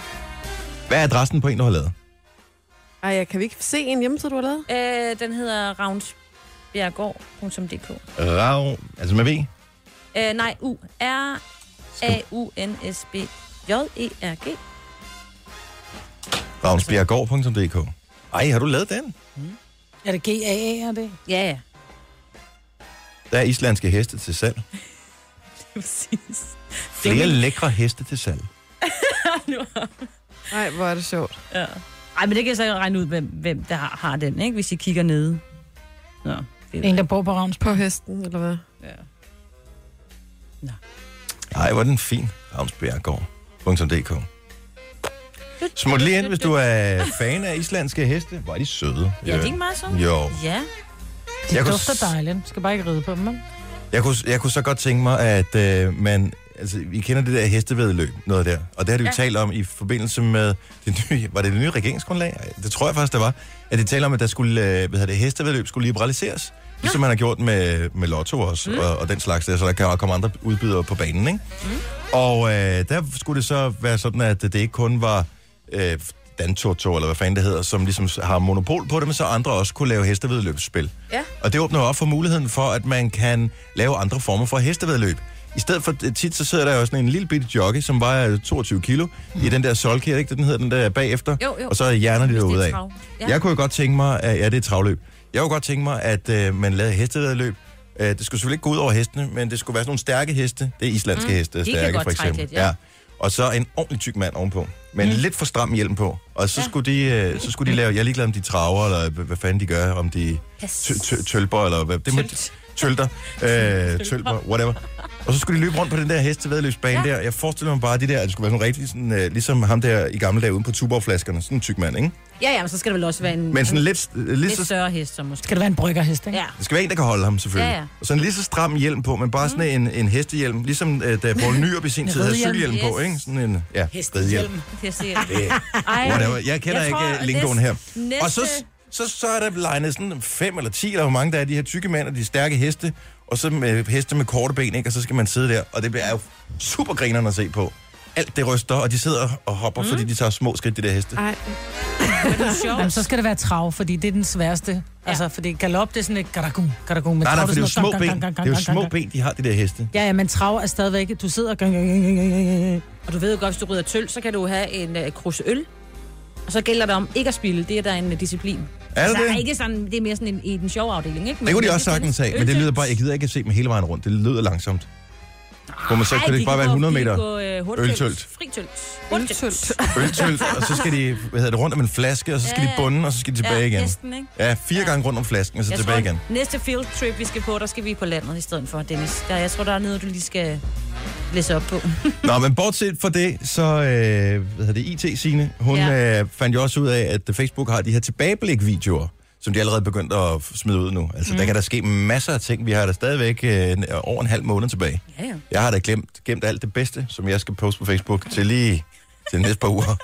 S1: Hvad er adressen på en, du har lavet?
S3: Ej, kan vi ikke se en hjemmeside, du har lavet?
S2: Øh, den hedder ravnsbjergård.dk.
S1: Rav, altså med V.
S2: Øh, nej, u r a u n s b j e r g
S1: Ravnsbjergård.dk Ej, har du lavet den?
S4: Er det GAA, er det?
S2: Ja, ja.
S1: Der er islandske heste til salg.
S2: Præcis.
S1: Flere lækre heste til salg.
S3: Nej, hvor er det sjovt.
S2: Ja. Ej, men det kan jeg så ikke regne ud, hvem, hvem der har, har den, ikke? Hvis I kigger nede. Nå, det
S4: En, der bor på Ravnsborg.
S3: På hesten, eller hvad?
S2: Ja.
S1: Ej, hvor er den fin. Ramsbjergård.dk Smut lige ind, hvis du er fan af islandske heste. Hvor er de søde.
S2: Ja, det er ikke meget sådan.
S1: Jo.
S2: Ja.
S4: De
S1: Jeg kunne
S4: dufter
S1: s-
S4: dejligt. Du skal bare ikke ride på dem, ikke?
S1: Jeg kunne, jeg kunne så godt tænke mig, at øh, man... Altså, vi kender det der hestevedløb, noget der. Og det har de jo ja. talt om i forbindelse med det nye... Var det det nye regeringsgrundlag? Ej, Det tror jeg faktisk, det var. At de talte om, at der skulle, øh, hvad hedder det, hestevedløb skulle liberaliseres. Ligesom man har gjort med, med Lotto også, mm. og, og den slags der. Så der kan også komme andre udbydere på banen, ikke? Og øh, der skulle det så være sådan, at det ikke kun var øh, Dantoto, eller hvad fanden det hedder, som ligesom har monopol på det, men så andre også kunne lave hestevedløbsspil.
S2: Ja.
S1: Og det åbner jo op for muligheden for, at man kan lave andre former for hestevedløb. I stedet for, øh, tit så sidder der jo sådan en lille bitte jockey, som vejer 22 kilo, mm. i den der solkæde, ikke det, den hedder, den der bagefter,
S2: Mhm. Jo, jo.
S1: og så hjerner de
S2: Hvis det er
S1: derude af.
S2: trav.
S1: Ja.
S2: Ja.
S1: Jeg kunne jo godt tænke mig, at, ja, det er travløb. Jeg kunne godt tænke mig, at øh, man lavede hestevedløb. Øh, det skulle selvfølgelig ikke gå ud over hestene, men det skulle være sådan nogle stærke heste. Det er islandske mm. heste,
S2: de kan
S1: stærke
S2: godt
S1: for
S2: trække
S1: eksempel.
S2: lidt, ja.
S1: Og så en ordentlig tyk mand ovenpå, men mm. lidt for stram hjelm på. Og så, ja. skulle de, øh, så skulle de lave, jeg er ligeglad om de traver, eller h- hvad fanden de gør, om de
S2: Pas.
S1: tø- tø- tølper, eller hvad, det må,
S2: Tølt.
S1: tølter, øh, tølper, whatever. Og så skulle de løbe rundt på den der hestevedløbsbane ja. der. Jeg forestiller mig bare de der, at det skulle være sådan rigtig, sådan, øh, ligesom ham der i gamle dage uden på tuborgflaskerne, sådan en tyk mand, ikke?
S2: Ja, ja, men så skal det vel også være en
S1: Men sådan lidt, øh, lige
S2: Mhm. lidt
S1: så
S2: større hest, så måske.
S4: Skal det være en bryggerhest, ikke?
S2: Ja.
S1: det skal være en, der kan holde ham, selvfølgelig. Ja,
S2: Ja,
S1: ja.
S2: ja.
S1: Og sådan en lige så stram hjelm på, men bare sådan en, en hestehjelm. Ligesom øh, da Poul Nyrup i sin tid havde
S4: ridehjelm,
S1: cykelhjelm på,
S2: yes.
S1: ikke? Sådan en ja, ridehjelm.
S2: Jeg ser.
S1: Ej, Whatever. Jeg kender jeg
S2: jeg
S1: ikke
S2: tror,
S1: tror, lingoen her.
S2: næste-
S1: Og så, så, så er der legnet sådan fem eller ti, eller hvor mange der er, de her tykke mænd og de stærke heste, og så med heste med korte ben, ikke? og så skal man sidde der, og det bliver jo super grinerne at se på. Alt det ryster, og de sidder og hopper, mm. fordi de tager små skridt, de der heste.
S3: Ej,
S4: Jamen, så skal det være trav, fordi det er den sværeste. Ja. Altså, fordi galop, det er sådan et gadagung, gadagung. Men
S1: Nej, nej,
S4: trav,
S1: for det er jo
S4: sådan
S1: små
S4: noget
S1: ben.
S4: gang, gang,
S1: Det
S4: gang,
S1: er jo
S4: gang, gang,
S1: små
S4: gang.
S1: ben, de har, de der heste.
S4: Ja, ja, men trav er stadigvæk, du sidder og gang, gang, gang, gang, gang, gang.
S2: Og du ved jo godt, hvis du rider tøl, så kan du have en uh, krus øl. Og så gælder det om ikke at spille. Det er der en øh, disciplin.
S1: Er det
S2: så er
S1: det?
S2: ikke sådan, det er mere sådan en, i den sjove afdeling, ikke? Men
S1: Det kunne de
S2: men
S1: også
S2: er
S1: sagtens have, men det
S2: øltøl.
S1: lyder bare, jeg gider ikke at se dem hele vejen rundt. Det lyder langsomt. Kunne man så
S2: Ej,
S1: kunne det
S2: de
S1: ikke bare være
S2: gå-
S1: 100
S2: de
S1: meter?
S2: kan gå, øh, hurtigtølt,
S1: Øltølt.
S2: Fritølt.
S3: Øltølt.
S2: Hurtigtølt.
S1: Øltølt, og så skal de hvad hedder det, rundt om en flaske, og så skal de
S2: Ja.
S1: bunde, og så skal de tilbage igen.
S2: Næsten, ikke?
S1: Ja, fire gange rundt om flasken, og så
S2: Jeg
S1: Altså, tilbage
S2: tror,
S1: igen.
S2: næste field trip, vi skal på, der skal vi på landet i stedet for, Dennis. Der, jeg tror, der er noget, du lige skal læse op på.
S1: Nå, men bortset fra det, så øh, hvad hedder det, it sine hun ja.
S2: Ja.
S1: øh, fandt jo også ud af, at Facebook har de her tilbageblik-videoer, som de allerede begyndt at f- smide ud nu. Altså, mm. der kan der ske masser af ting. Vi har da stadigvæk øh, en- over en halv måned tilbage.
S2: Ja, ja.
S1: Jeg har da glemt, gemt alt det bedste, som jeg skal poste på Facebook til lige til de næste par uger.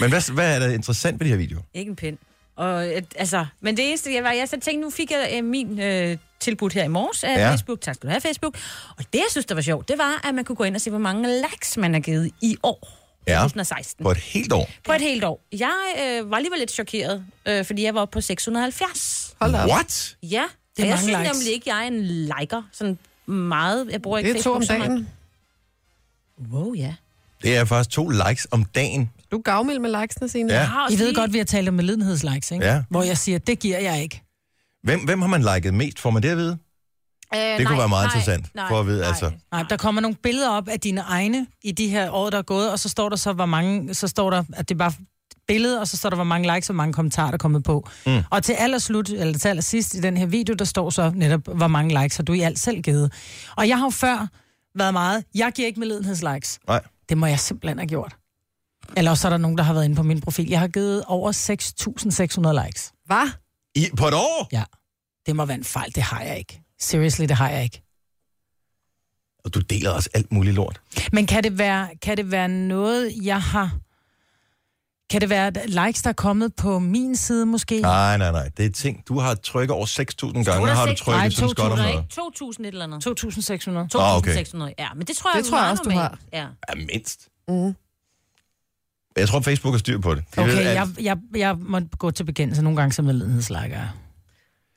S1: Men hvad, hvad er der interessant ved de her videoer?
S2: Ikke en pind. Og, øh, altså, men det eneste, jeg var, jeg så tænkte, nu fik jeg øh, min øh, tilbud her i morges af
S1: Ja.
S2: ja. Facebook. Tak skal du have, Facebook. Og det, jeg synes, der var sjovt, det var, at man kunne gå ind og se, hvor mange likes man har givet i år.
S1: Ja.
S2: 2016.
S1: På et helt år.
S2: På et helt år. Jeg øh, var alligevel lidt chokeret, øh, fordi jeg var oppe på 670.
S3: hold da op.
S1: What?
S2: Ja,
S4: Det er
S2: og jeg
S4: mange
S2: synes
S4: likes.
S2: nemlig ikke, jeg er en liker. Sådan meget. Jeg bruger
S3: Det
S2: ikke
S3: er to om
S2: Facebook så meget.
S3: dagen.
S2: Wow, ja.
S1: Det er faktisk to likes om dagen.
S3: Du er gavmild med likesene, Signe.
S1: Ja.
S2: Har også
S4: I ved
S2: lige-
S4: godt, vi har talt om medlidenhedslikes, ikke?
S1: Ja.
S4: Hvor jeg siger, det giver jeg ikke.
S1: Hvem, hvem har man liket mest? Får man det at vide?
S2: Øh,
S1: Det kunne være meget interessant for at vide, altså.
S4: Nej, der kommer nogle billeder op af dine egne i de her år, der er gået, og så står der så, hvor mange, så står der, at det er bare billede, og så står der, hvor mange likes og hvor mange kommentarer, der er kommet på. Mm. Og til allerslut, eller til allersidst i den her video, der står så netop, hvor mange likes har du i alt selv givet. Og jeg har jo før været meget, jeg giver ikke medlidenhedslikes.
S1: Nej.
S4: Det må jeg simpelthen have gjort. Eller også er der nogen, der har været inde på min profil. Jeg har givet over 6.600 likes.
S3: Hvad?
S1: I, på et år?
S4: Ja, det må være en fejl. Det har jeg ikke. Seriously, det har jeg ikke.
S1: Og du deler også alt muligt lort.
S4: Men kan det være, kan det være noget, jeg har... Kan det være at likes, der er kommet på min side måske? Ja.
S1: Nej, nej, nej. Det er ting. Du har trykket over 6.000 gange, og har du
S2: 106?
S1: trykket
S4: Nej,
S1: sådan skot om
S2: 200,
S1: noget.
S2: ikke? 2000 et eller andet.
S4: 2.600.
S2: 2.600,
S1: Ah, okay.
S2: ja. Men det tror jeg,
S3: Det tror jeg
S2: meget
S3: også, du
S2: normalt.
S3: har.
S2: Ja.
S1: Ja, mindst. Mm. Jeg tror, Facebook har styr på det. De okay, ved,
S4: Okay,
S1: at,
S4: jeg, jeg, jeg må gå til bekendelse nogle gange som medlidenhedsliker.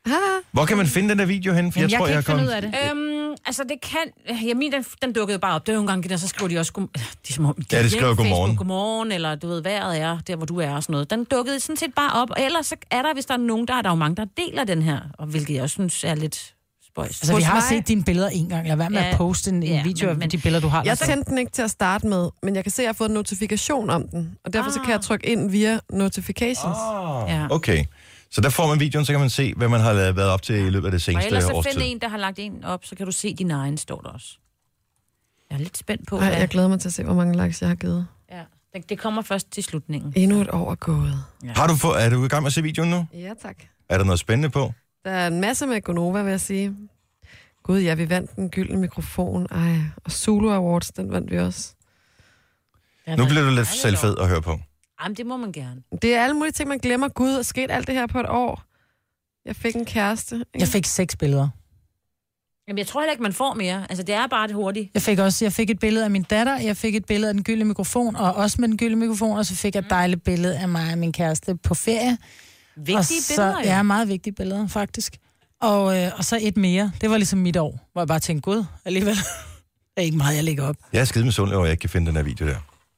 S3: Ah,
S1: Hvor kan man finde den der video hen? For
S4: Jamen, jeg
S1: tror,
S4: kan
S1: jeg
S4: ikke
S1: har
S4: finde ud
S1: kommet-
S4: af det.
S2: Øhm, altså, det kan... Jeg mener, den, den dukkede bare op. Det var jo en gang, det der, så skriver de også... Gom... Det er som om,
S1: Ja, det skriver
S2: Facebook,
S1: godmorgen.
S2: Godmorgen, eller du ved, vejret er der, hvor du er og sådan noget. Den dukkede sådan set bare op. Og ellers så er der, hvis der er nogen, der er der er jo mange, der deler den her. Og hvilket jeg også synes er lidt spøjst.
S4: Altså, vi
S3: Hos
S4: har
S3: mig-
S4: set dine billeder en gang. Lad være med
S2: Ja.
S4: at poste en, en
S2: Ja,
S4: video
S2: men-
S4: af
S2: men-
S4: de billeder, du har.
S3: Jeg tændte den ikke til at starte med, men jeg kan se, at jeg har fået en notifikation om den. Og derfor ah. så kan jeg trykke ind via notifications. Oh.
S2: Ja.
S1: Ah. Okay. Så der får man videoen, så kan man se, hvad man har lavet- været op til i løbet af det
S2: Og
S1: seneste
S2: ellers så
S1: års
S2: find
S1: tid.
S2: en, der har lagt en op, så kan du se din egen, står der også. Jeg er lidt spændt på,
S3: Ej,
S2: hvad...
S3: jeg glæder mig til at se, hvor mange likes jeg har givet.
S2: ja. Det- Det kommer først til slutningen.
S3: Endnu et år er gået.
S1: Har du få, er du i gang med at se videoen nu?
S3: Ja, tak.
S1: Er der noget spændende på?
S3: Der er en masse med Gonova, vil jeg sige. Gud, ja, vi vandt den gyldne mikrofon. Ej, og Zulu Awards, den vandt vi også.
S2: Ja,
S1: Nu
S2: der-
S1: bliver du lidt
S2: dejligt
S1: selv fed
S2: år.
S1: at høre på.
S2: Jamen, det må man gerne.
S3: Det er alle mulige ting, man glemmer. Gud, og sket alt det her på et år. Jeg fik en kæreste. ikke?
S4: Jeg fik seks billeder.
S2: Jamen, jeg tror heller ikke, man får mere. Altså, det er bare det hurtige.
S4: Jeg fik også jeg fik et billede af min datter, jeg fik et billede af den gyldne mikrofon, og også med den gyldne mikrofon, og så fik jeg
S2: Mm.
S4: et dejligt billede af mig og min kæreste på ferie. og
S2: Vigtige
S4: så,
S2: billeder, jo.
S4: Ja, meget vigtige billeder, faktisk. Og, øh, og så et mere. Det var ligesom mit år, hvor jeg bare tænkte, gud, alligevel. Det er ikke meget, jeg lægger op.
S1: Jeg er skide med sund over, at jeg ikke kan finde den her video der.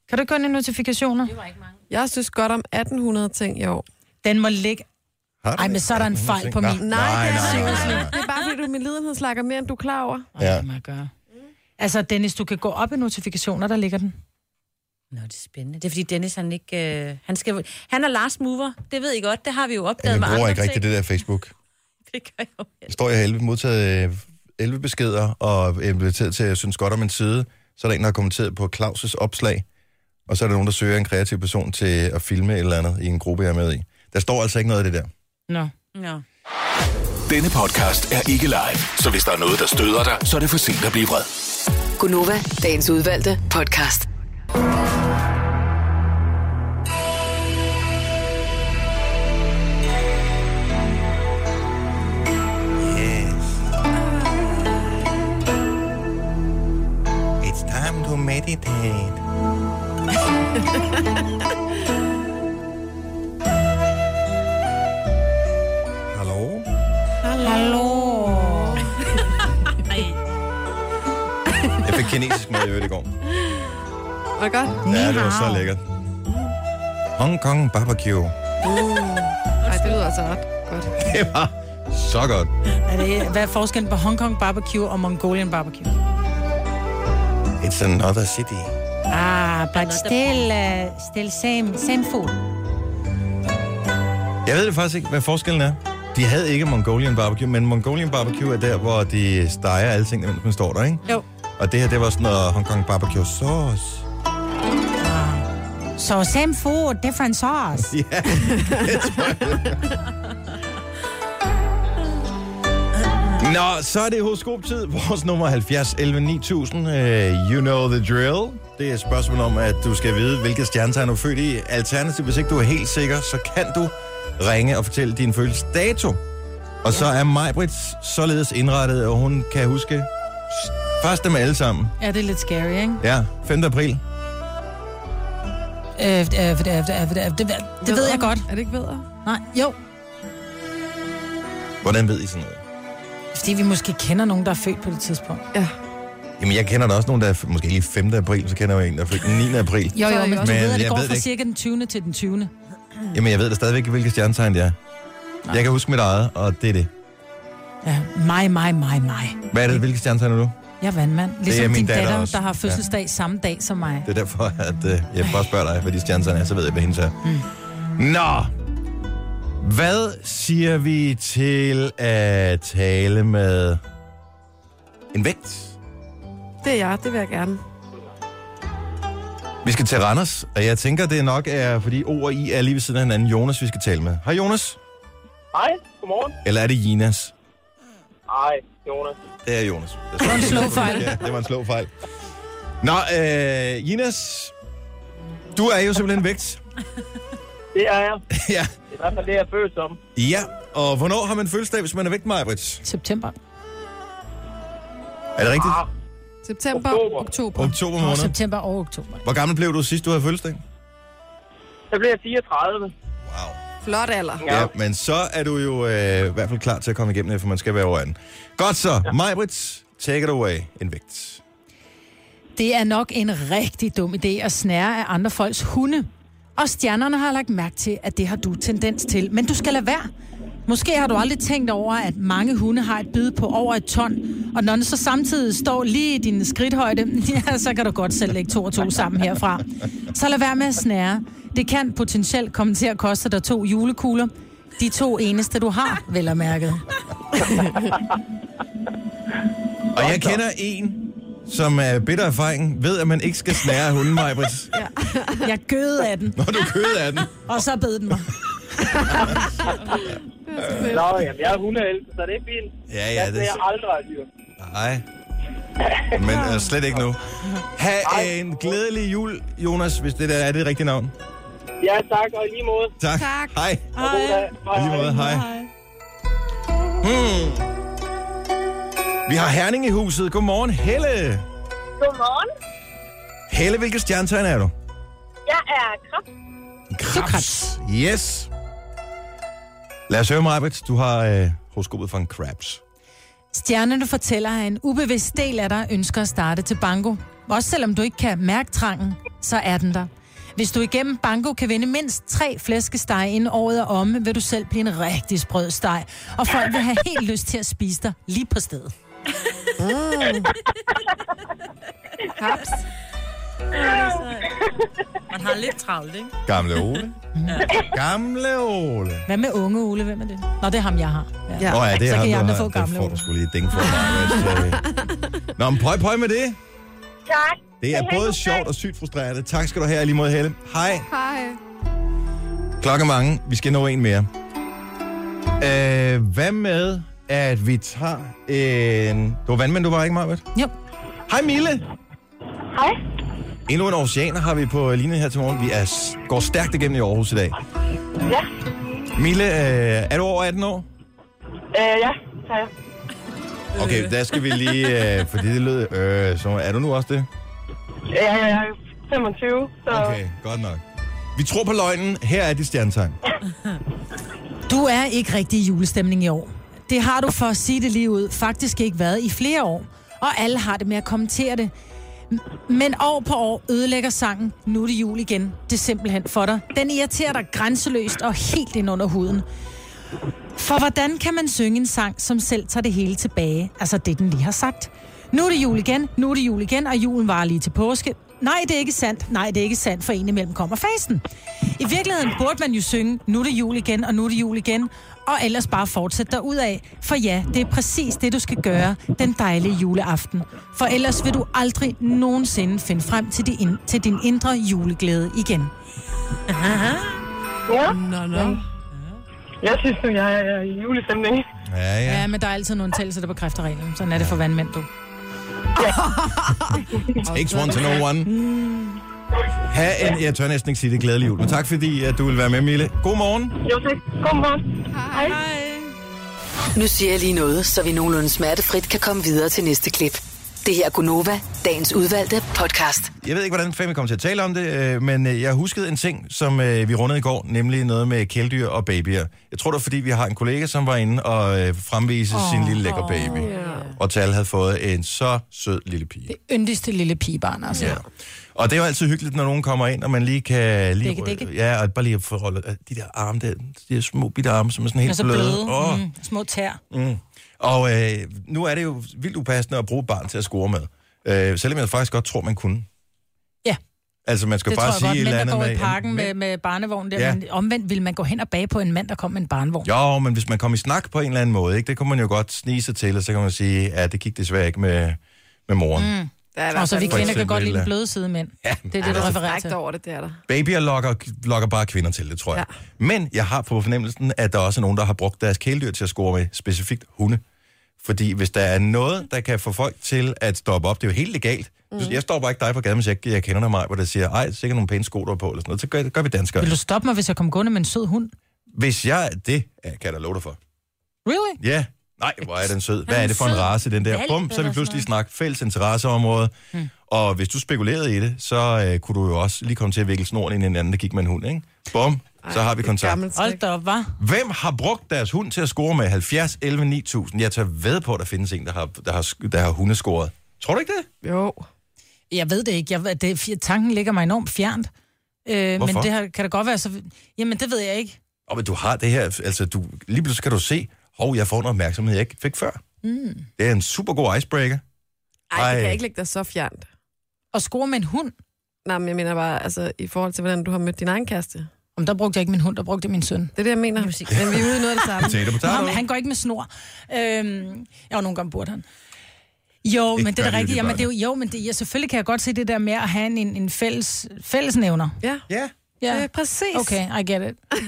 S4: Kan du ikke gå ind i notifikationer?
S3: Jeg synes godt om 1800 ting i år.
S4: Den må ligge...
S1: Har du
S4: Ej, men så er der en
S1: 1800
S4: fejl
S1: ting?
S4: på
S1: Nå.
S4: min.
S3: Nej,
S1: Nej,
S3: det er
S1: nej,
S3: det
S1: nej,
S3: ikke.
S1: nej, nej.
S3: Det er bare, fordi du er min lidenhedslakker mere, end du er klar over.
S4: Ej,
S1: Ja.
S4: ja. det må jeg gøre. Altså, Dennis, du kan gå op i notifikationer, der ligger den.
S2: Nå, det er spændende. Det er fordi Dennis, han ikke... Øh, han, skal, han er last mover. Det ved I godt. Det har vi jo opdaget
S1: Jeg
S2: med
S1: bruger
S2: andre
S1: ikke rigtig
S2: ting.
S1: det der Facebook.
S2: Det gør jeg jo.
S1: Jeg står jeg har 11, modtaget øh, 11 beskeder og er inviteret til, at jeg synes godt om en side. Så er der en, der har kommenteret på Claus' opslag. Og så er der nogen, der søger en kreativ person til at filme et eller andet i en gruppe, jeg er med i. Der står altså ikke noget af det der.
S4: Nå.
S2: Nå.
S6: Denne podcast er ikke live, så hvis der er noget, der støder dig, så er det for sent at blive vred.
S5: Gunova, dagens udvalgte podcast.
S1: It's time to meditate. Hallo? Jeg fik kinesisk mad i øvrigt i går.
S3: Var det godt?
S1: Ja, det var så lækkert. Hong Kong barbecue.
S4: Uh.
S3: Ej, det lyder altså ret godt.
S1: Det var så godt.
S4: Er det, hvad er forskellen på Hong Kong barbecue og Mongolian barbecue?
S1: It's another city.
S4: Ah, but still, uh, still same, same food.
S1: Jeg ved det faktisk ikke, hvad forskellen er. De havde ikke Mongolian barbecue, men Mongolian barbecue er der, hvor de steger alle tingene, mens man står der, ikke?
S4: Jo.
S1: Og det her, det var sådan noget Hong Kong barbecue sauce.
S4: So same food, different sauce.
S1: Ja, Nå, så er det horoskop-tid. Vores nummer er 70 11 9000. Uh, you know the drill. Det er et spørgsmål om, at du skal vide, hvilket stjernetegn du er født i. Alternativt, hvis ikke du er helt sikker, så kan du ringe og fortælle din fødselsdato. Og så er Majbrit således indrettet, og hun kan huske s- først dem alle sammen.
S4: Ja, det er lidt scary, ikke?
S1: Ja, 5. april.
S4: Øh, øh, øh, øh, øh, øh, Det, det ved jeg godt.
S3: Er det ikke bedre?
S4: Nej, jo.
S1: Hvordan ved I sådan noget?
S4: Fordi vi måske kender nogen, der er født på det tidspunkt.
S3: Ja.
S1: Jamen, jeg kender da også nogen, der er f- måske lige 5. april, så kender jeg jo en, der er født den 9. april.
S4: Jo,
S3: Så
S4: jo,
S3: er I
S4: men du
S3: også-
S1: Men
S4: ved, at
S1: jeg
S4: det går
S1: ved det
S4: fra
S1: ikke.
S4: cirka den 20. til den 20.
S1: Mm. Jamen, jeg ved da stadigvæk, ikke, hvilket stjernetegn det er. Jeg kan huske mit eget, og det er det.
S4: Ja, mig, mig, mig, mig.
S1: Hvad er det, hvilket stjernetegn er du?
S4: Jeg er vandmand. Ligesom
S1: min
S4: din
S1: datter
S4: datter,
S1: også.
S4: der har fødselsdag samme dag som mig.
S1: Det er derfor, at øh, jeg bare spørger dig, hvad de stjernetegn er, så ved jeg, hvad hendes er. Mm. Nå! Hvad siger vi til at tale med en vægt?
S3: Det er jeg, det vil jeg gerne.
S1: Vi skal til Randers, og jeg tænker, det nok er, fordi O og I er lige ved siden af hinanden. Jonas, vi skal tale med. Hej Jonas.
S7: Hej, godmorgen.
S1: Eller er det Jinas?
S7: Hej, Jonas.
S1: Det er Jonas. Det var en slå fejl. Ja, det var en slå fejl. Nå, øh, Jinas, du er jo simpelthen vægt.
S7: Det er jeg.
S1: ja.
S7: Det er i hvert fald det, jeg er født om.
S1: ja, og hvornår har man fødselsdag, hvis man er vægt, Majbrits?
S4: September.
S1: Er det rigtigt?
S7: Ah,
S3: September, oktober.
S7: Oktober.
S3: oktober.
S1: Oktober
S4: Og
S1: måned.
S4: september og oktober.
S1: Hvor gammel blev du sidst, du havde fødselsdag?
S7: så bliver jeg 34.
S1: Wow.
S3: Flot alder.
S1: Ja. ja, men så er du jo øh, i hvert fald klar til at komme igennem det, for man skal være over 18. Godt så, ja. Majbrits, take it away, en vægt.
S4: Det er nok en rigtig dum idé at snære af andre folks hunde. Og stjernerne har lagt mærke til, at det har du tendens til. Men du skal lade være. Måske har du aldrig tænkt over, at mange hunde har et bid på over et ton, og når den så samtidig står lige i din skridthøjde, ja, så kan du godt selv lægge to og to sammen herfra. Så lad være med at snære. Det kan potentielt komme til at koste dig to julekugler. De to eneste, du har, vel at mærket.
S1: Og jeg kender en, som er bitter erfaring, ved, at man ikke skal snære hunden, Majbrits.
S4: Jeg gøede af den,
S1: Når du køder af den.
S4: og så bed den mig.
S7: Nå, jamen, jeg er hundeelsker, så det er fint.
S1: Ja, ja,
S7: jeg
S1: det-
S7: ser aldrig af dyr.
S1: Nej. Men øh, slet ikke nu. Ha' en glædelig jul, Jonas, hvis det der er det rigtige navn.
S7: Ja, tak, og i lige måde.
S1: Tak.
S3: Tak.
S1: Hej.
S7: Og god dag.
S1: Og lige måde, hej. Hmm. Vi har Herning i huset. Godmorgen, Helle.
S8: Godmorgen.
S1: Helle, hvilket stjernetegn er du?
S8: Jeg er Kraft.
S1: Krabs. Yes. Lad os høre, Marbet. Du har øh, horoskopet for en crabs.
S4: Stjernerne fortæller, at en ubevidst del af dig ønsker at starte til banko. Også selvom du ikke kan mærke trangen, så er den der. Hvis du igennem banko kan vinde mindst tre flæskesteg inden året er omme, vil du selv blive en rigtig sprød steg. Og folk vil have helt lyst til at spise dig lige på stedet.
S1: Mm.
S3: Haps.
S2: Man har lidt travlt, ikke?
S1: Gamle Ole. Gamle Ole.
S4: Hvad med unge Ole? Hvem er det? Nå, det er ham, jeg har. Ja.
S1: Nå ja, det
S4: Så
S1: er
S4: kan
S1: ham,
S4: I
S1: du
S4: andre
S1: har.
S4: få
S1: det
S4: gamle
S1: får
S4: Ole.
S1: du skulle lige et ding for mig. Nå, men prøv, prøv med det.
S8: Tak.
S1: Det er
S8: Hej,
S1: både
S8: god
S1: sjovt
S8: dag.
S1: og sygt frustrerende. Tak skal du have og lige mod Helle. Hej.
S3: Hej.
S1: Klokken er mange. Vi skal nå en mere. Øh, hvad med, at vi tager en... Du var vandmand, du var ikke, Marbet?
S4: Jo.
S1: Hej, Mille.
S8: Hej.
S1: Endnu en oceaner har vi på linjen her til morgen. Vi er, s- går stærkt igennem i Aarhus i dag.
S8: Ja.
S1: Mille, øh, er du over 18 år?
S8: Øh, ja, så er jeg.
S1: Okay, der skal vi lige... Øh, fordi det lød... Øh, så er du nu også det?
S8: Ja, ja, jeg er 25, så...
S1: Okay, godt nok. Vi tror på løgnen. Her er dit stjernetegn.
S4: Du er ikke rigtig i julestemning i år. Det har du for at sige det lige ud faktisk ikke været i flere år. Og alle har det med at kommentere det. M- Men år på år ødelægger sangen Nu er det jul igen. Det er simpelthen for dig. Den irriterer dig grænseløst og helt ind under huden. For hvordan kan man synge en sang, som selv tager det hele tilbage? Altså det, den lige har sagt. Nu er det jul igen, nu er det jul igen, og julen var lige til påske. Nej, det er ikke sandt. Nej, det er ikke sandt, for en imellem kommer fasten. I virkeligheden burde man jo synge, nu er det jul igen, og nu er det jul igen, og ellers bare fortsætte derud af. For ja, det er præcis det, du skal gøre den dejlige juleaften. For ellers vil du aldrig nogensinde finde frem til, din, ind- til din indre juleglæde igen.
S8: Ja,
S3: Nå, nå.
S8: jeg synes nu, jeg er i julestemning.
S1: Ja, ja.
S4: Ja, men der er altid nogle undtagelser, der bekræfter reglen. Sådan er det for vandmænd, du.
S1: Takes one to
S4: Mm.
S1: know one. Ha' en, jeg tør næsten ikke sige det, glædelig jul. Men tak fordi, at du vil være med, Mille. God morgen.
S8: Jo, tak. Godmorgen.
S3: Hej.
S5: Nu siger jeg lige noget, så vi nogenlunde smertefrit kan komme videre til næste klip. Det her er Gunova, dagens udvalgte podcast.
S1: Jeg ved ikke, hvordan fanden vi kom til at tale om det, øh, men øh, jeg huskede en ting, som øh, vi rundede i går, nemlig noget med kæledyr og babyer. Jeg tror, det var, fordi vi har en kollega, som var inde og øh, fremvise oh, sin lille lækker baby. Og Tal havde fået en så sød lille pige.
S4: Yndigste lille pigebarn, altså.
S1: Ja. Og det er jo altid hyggeligt, når nogen kommer ind, og man lige kan... Lige,
S4: Dække, dække.
S1: Ja, og bare lige få rollet øh, de der arme der, de der små bitte arme, som er sådan helt
S4: Og så
S1: bløde.
S4: Altså bløde,
S1: Åh.
S4: mm, små tær.
S1: Mm. Og øh, nu er det jo vildt upassende at bruge et barn til at score med. Øh, selvom jeg faktisk godt tror, man kunne.
S4: Ja.
S1: Altså, man skal
S4: Det
S1: bare
S4: tror
S1: sige
S4: jeg
S1: et
S4: godt,
S1: eller
S4: mænd,
S1: andet
S4: der går
S1: med...
S4: i parken
S1: Jamen,
S4: med, med barnevogn der,
S1: Ja.
S4: ja. men omvendt ville man gå hen og bage på en mand, der kom med en barnevogn.
S1: Jo, men hvis man kom i snak på en eller anden måde, ikke, det kunne man jo godt snige sig til, og så kan man sige, ja, det gik desværre ikke med, med moren. Mm.
S3: Der er i hvert
S4: Og så
S3: fald
S4: vi
S1: For
S4: kvinder kan
S1: eksempel,
S4: godt lide
S1: ja.
S4: den bløde side mænd.
S1: Ja,
S4: Det er det, du
S3: noget
S4: refererer
S3: frækt
S4: til.
S3: over det, det er der.
S1: Babyer lokker, lokker bare kvinder til det, tror jeg. Ja. Men jeg har på fornemmelsen, at der også er nogen, der har brugt deres kæledyr til at score med, specifikt hunde. Fordi hvis der er noget, der kan få folk til at stoppe op, det er jo helt legalt. Mm. Jeg stopper ikke dig på gaden, hvis jeg, jeg kender dig mig, hvor der siger, ej, sikkert nogle pæne sko, der er på, eller sådan noget. Så gør, gør vi danskere.
S4: Vil du stoppe mig, hvis jeg kom gående med en sød hund?
S1: Hvis jeg... Det ja, kan jeg da love dig for.
S4: Really?
S1: Ja. Nej, hvor er den sød. Hvad
S2: Han
S1: er
S2: er
S1: det for en
S2: sød.
S1: race, den der?
S2: Hvalp
S1: Bum, så er vi
S2: eller
S1: pludselig
S2: sådan
S1: snakket fælles interesseområde. Hmm. Og hvis du spekulerede i det, så øh, kunne du jo også lige komme til at vikle snoren ind i en anden, der gik med en hund, ikke? Bum, så har vi
S3: Det er
S1: kontakt.
S3: gammelt
S4: Hold
S3: trick.
S4: da op, hva'?
S1: Hvem har brugt deres hund til at score med 70, 11, 9000? Jeg tager ved på, at der findes en, der har, der har, sk- der har hundescoret. Tror du ikke det?
S3: Jo.
S4: Jeg ved det ikke. Jeg, ved- det, er- tanken ligger mig enormt fjernt. Øh, men
S1: Hvorfor?
S4: det her, kan da godt være så... Jamen, det ved jeg ikke.
S1: Og men du har det her, altså du, lige pludselig kan du se, hov, jeg får noget opmærksomhed, jeg ikke fik før. Mm. Det er en super god icebreaker.
S3: Ej, det
S1: Ej.
S3: kan ikke lægge dig så fjernt.
S4: Og score med en hund.
S3: Nej, men jeg mener bare, altså, i forhold til, hvordan du har mødt din egen kæreste. Det
S4: Om der brugte jeg ikke min hund, der brugte jeg min søn.
S3: er det, jeg mener. Men vi er ude i noget af det samme.
S1: Ah, Potato, potato.
S4: Ham, han går ikke med snor. Øhm, jo, nogle gange burde han. Jo, men det
S1: gør
S4: er
S1: de,
S4: da rigtigt.
S1: de
S4: Ja, men
S1: børn.
S4: det, er jo, jo, men det, ja, selvfølgelig kan jeg godt se det der med at have en, en, en fælles, fællesnævner.
S3: Ja,
S1: Ja.
S3: det er præcis.
S4: Okay, I get it. Okay,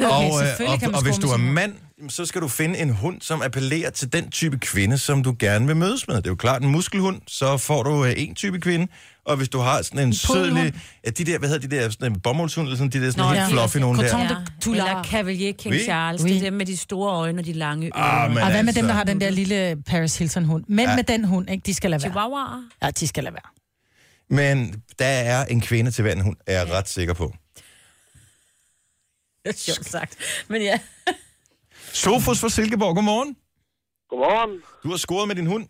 S1: og, øh,
S4: selvfølgelig
S1: og,
S4: kan man
S1: og hvis
S4: score
S1: du
S4: med
S1: er
S4: sin hund.
S1: mand, så skal du finde en hund, som appellerer til den type kvinde, som du gerne vil mødes med. Det er jo klart, en muskelhund, så får du øh, en type kvinde. Og hvis du har sådan en, en sød
S4: podelhund.
S1: lille... Ja, de der, hvad hedder de der, sådan en bomuldshund, eller sådan de der sådan
S2: Nå,
S1: helt
S2: ja.
S1: fluffy nogen der.
S4: Coton.
S2: Ja.
S4: Tular.
S2: Eller Cavalier King
S1: Oui.
S2: Charles.
S4: Oui.
S2: Det er dem med de store øjne og de lange ører.
S1: Ah, men
S4: Og hvad med
S1: altså.
S4: dem, der har den der lille Paris Hilton-hund? Mænd ja. med den hund, ikke? De skal lade være.
S2: Chihuahua.
S4: Ja, de skal lade være.
S1: Men der er en kvinde til hver en hund, er jeg ret sikker på.
S2: Det er sjovt sagt. Men ja.
S1: Sofus fra Silkeborg, godmorgen.
S7: Godmorgen.
S1: Du har scoret med din hund.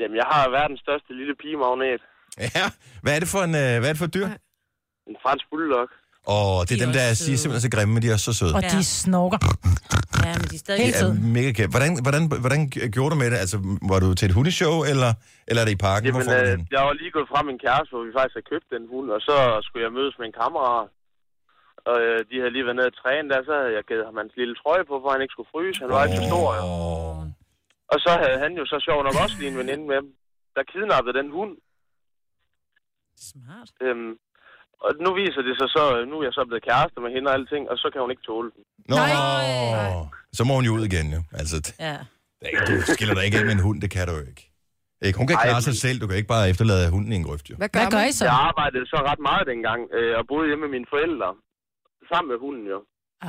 S7: Jamen, jeg har verdens største lille pigemagnet.
S1: Ja. Hvad er det for, en, øh, hvad er det for et dyr?
S7: En fransk bulldog.
S1: Og det
S2: De
S1: er
S2: er
S1: dem, der
S2: også
S1: er
S2: søde.
S1: siger, simpelthen så grimme, men de er også så søde.
S4: Og
S2: Ja.
S4: ja. de snorker.
S2: ja, men de er stadig...
S4: Hele
S1: Det er
S4: tiden.
S1: mega kæft. Hvordan, hvordan, hvordan gjorde du med det? Altså, var du til et hundeshow, eller, eller er det i parken?
S7: Jamen,
S1: Hvor får du
S7: øh,
S1: den?
S7: jeg var lige gået fra min kæreste, hvor vi faktisk havde købt den hund, og så skulle jeg mødes med en kammerat. Og øh, de havde lige været nede og træne der, så havde jeg givet ham hans lille trøje på, for han ikke skulle fryse. Han var ikke for stor. jo.
S1: Åh.
S7: Og så havde han jo så sjov nok også lige en veninde med, der kidnappede den hund.
S2: Smart.
S7: Øhm, og nu viser det sig så, øh, nu er jeg så blevet kærester med hende og alting, og så kan hun ikke tåle den.
S1: Nå, så må hun jo ud igen, jo. Altså, det-
S2: Ja.
S1: det er ikke- du skiller dig ikke af med en hund, det kan du jo ikke. Ikke? Hun kan
S7: Ej,
S1: klare sig
S7: men-
S1: selv, du kan ikke bare efterlade hunden i en grøft, jo.
S3: Hvad gør,
S4: Hvad gør
S3: man?
S4: I så?
S7: Jeg arbejdede så ret meget dengang, øh, og boede hjemme med mine forældre. Sammen med hunden jo.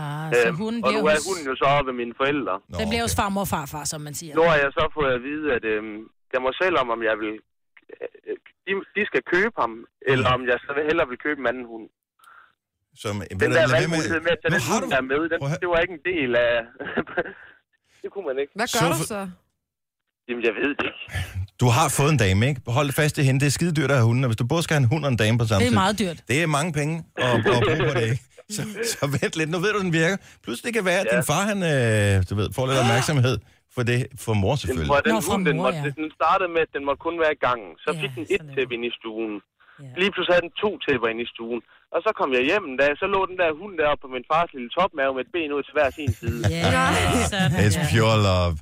S4: Ah, så
S7: Øhm,
S4: hunden
S7: og
S4: bliver
S7: nu er
S4: hos,
S7: hunden jo så oppe ved mine forældre.
S1: Nå,
S4: den bliver hos
S1: okay.
S4: farmor og farfar, som man siger.
S7: Nu har jeg så fået at vide, at øh, jeg må selv om, om jeg vil... øh, De, de skal købe ham, eller om jeg så hellere vil købe en anden hund.
S1: Som,
S7: Den der
S1: lad være
S7: valgmulighed med at tage
S1: Nu
S7: den
S1: har
S7: hund,
S1: du-
S7: der er med, den,
S1: Prøv at høre.
S7: det var ikke en del af... det kunne man ikke.
S3: Hvad gør
S1: Sofa-
S3: du så?
S7: Jamen, jeg ved det ikke.
S1: Du har fået en dame, ikke? Hold fast i hende. Det er skide dyrt at have hunden, og hvis du både skal have en hund og en dame på samme
S4: Det er
S1: tid,
S4: meget dyrt.
S1: Det er mange penge at, at bruge på det, ikke? Så, så vent lidt. Nu ved du, den virker. Pludselig kan være, at din far, han, øh, du ved, får lidt opmærksomhed for det, for mor
S7: Jamen,
S1: selvfølgelig.
S7: for den
S4: Ah! Nå, fra
S7: hund, den,
S4: mor,
S7: måtte,
S4: ja.
S7: den startede med, at den måtte kun være i gangen. Så
S2: Ja,
S7: fik den et
S2: sådan er
S7: tæppe
S2: det.
S7: ind i stuen.
S2: Ja.
S7: Lige pludselig havde den to tæpper ind i stuen. Og så kom jeg hjem en dag, så lå den der hund deroppe på min fars lille topmave med et ben ud til hver sin side.
S2: Ja, sådan.
S1: It's
S2: Ja.
S1: pure love.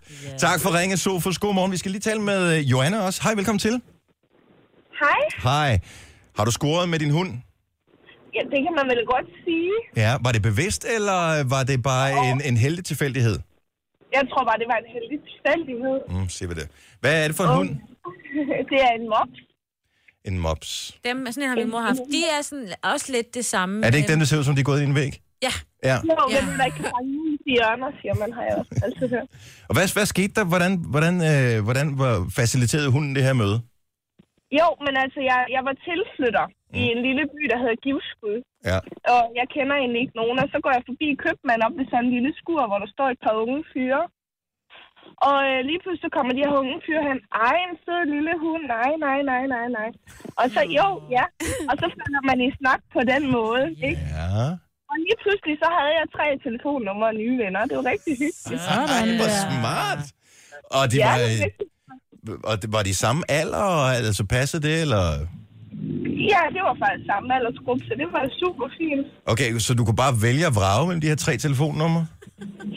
S1: Tak for ringen, Sofus. God morgen. Vi skal lige tale med øh, Joanna også. Hej, velkommen til.
S9: Hej.
S1: Hej. Har du scoret med din hund?
S9: Ja, det kan man vel godt sige.
S1: Ja. Var det bevidst, eller var det bare en, en heldig tilfældighed?
S9: Jeg tror bare, det var en heldig tilfældighed.
S1: Mm, siger vi det. Hvad er det for en hund?
S9: det er en mops.
S1: En mops.
S2: Dem, sådan en har min mor haft. De er sådan også lidt det
S9: Mm,
S2: samme.
S1: Er det ikke
S2: Øhm,
S1: dem, der ser ud som, de er gået i en væg?
S2: Ja.
S1: Ja.
S9: Jo, ja.
S2: Ja.
S9: den der ikke kan fange i de hjørner, siger man, har jeg også altid hørt.
S1: Og hvad, hvad skete der? Hvordan, hvordan, øh, hvordan var faciliterede hunden det her møde?
S9: Jo, men altså, jeg, jeg var tilflytter mm. i en lille by, der hedder Givskud.
S1: Ja.
S9: Og jeg kender egentlig ikke nogen, og så går jeg forbi købmanden op ved sådan en lille skur, hvor der står et par unge fyre. Og øh, lige pludselig så kommer de her unge fyre hen. Ej, en sød lille hund. Nej, nej, nej, nej, nej. Og så, jo, ja. Og så falder man i snak på den måde, ikke?
S1: Ja.
S9: Og lige pludselig, så havde jeg tre telefonnumre og nye venner. Det var rigtig hyggeligt.
S1: Ej,
S4: Sådan
S1: hvor
S4: der.
S1: smart. Og de,
S9: Ja,
S1: var, øh,
S9: det er rigtigt.
S1: og det, var de samme alder, og altså passede det, eller...
S9: ja, det var faktisk samme aldersgruppe, så det var super fint.
S1: Okay, så du kunne bare vælge at vrage mellem de her tre telefonnumre?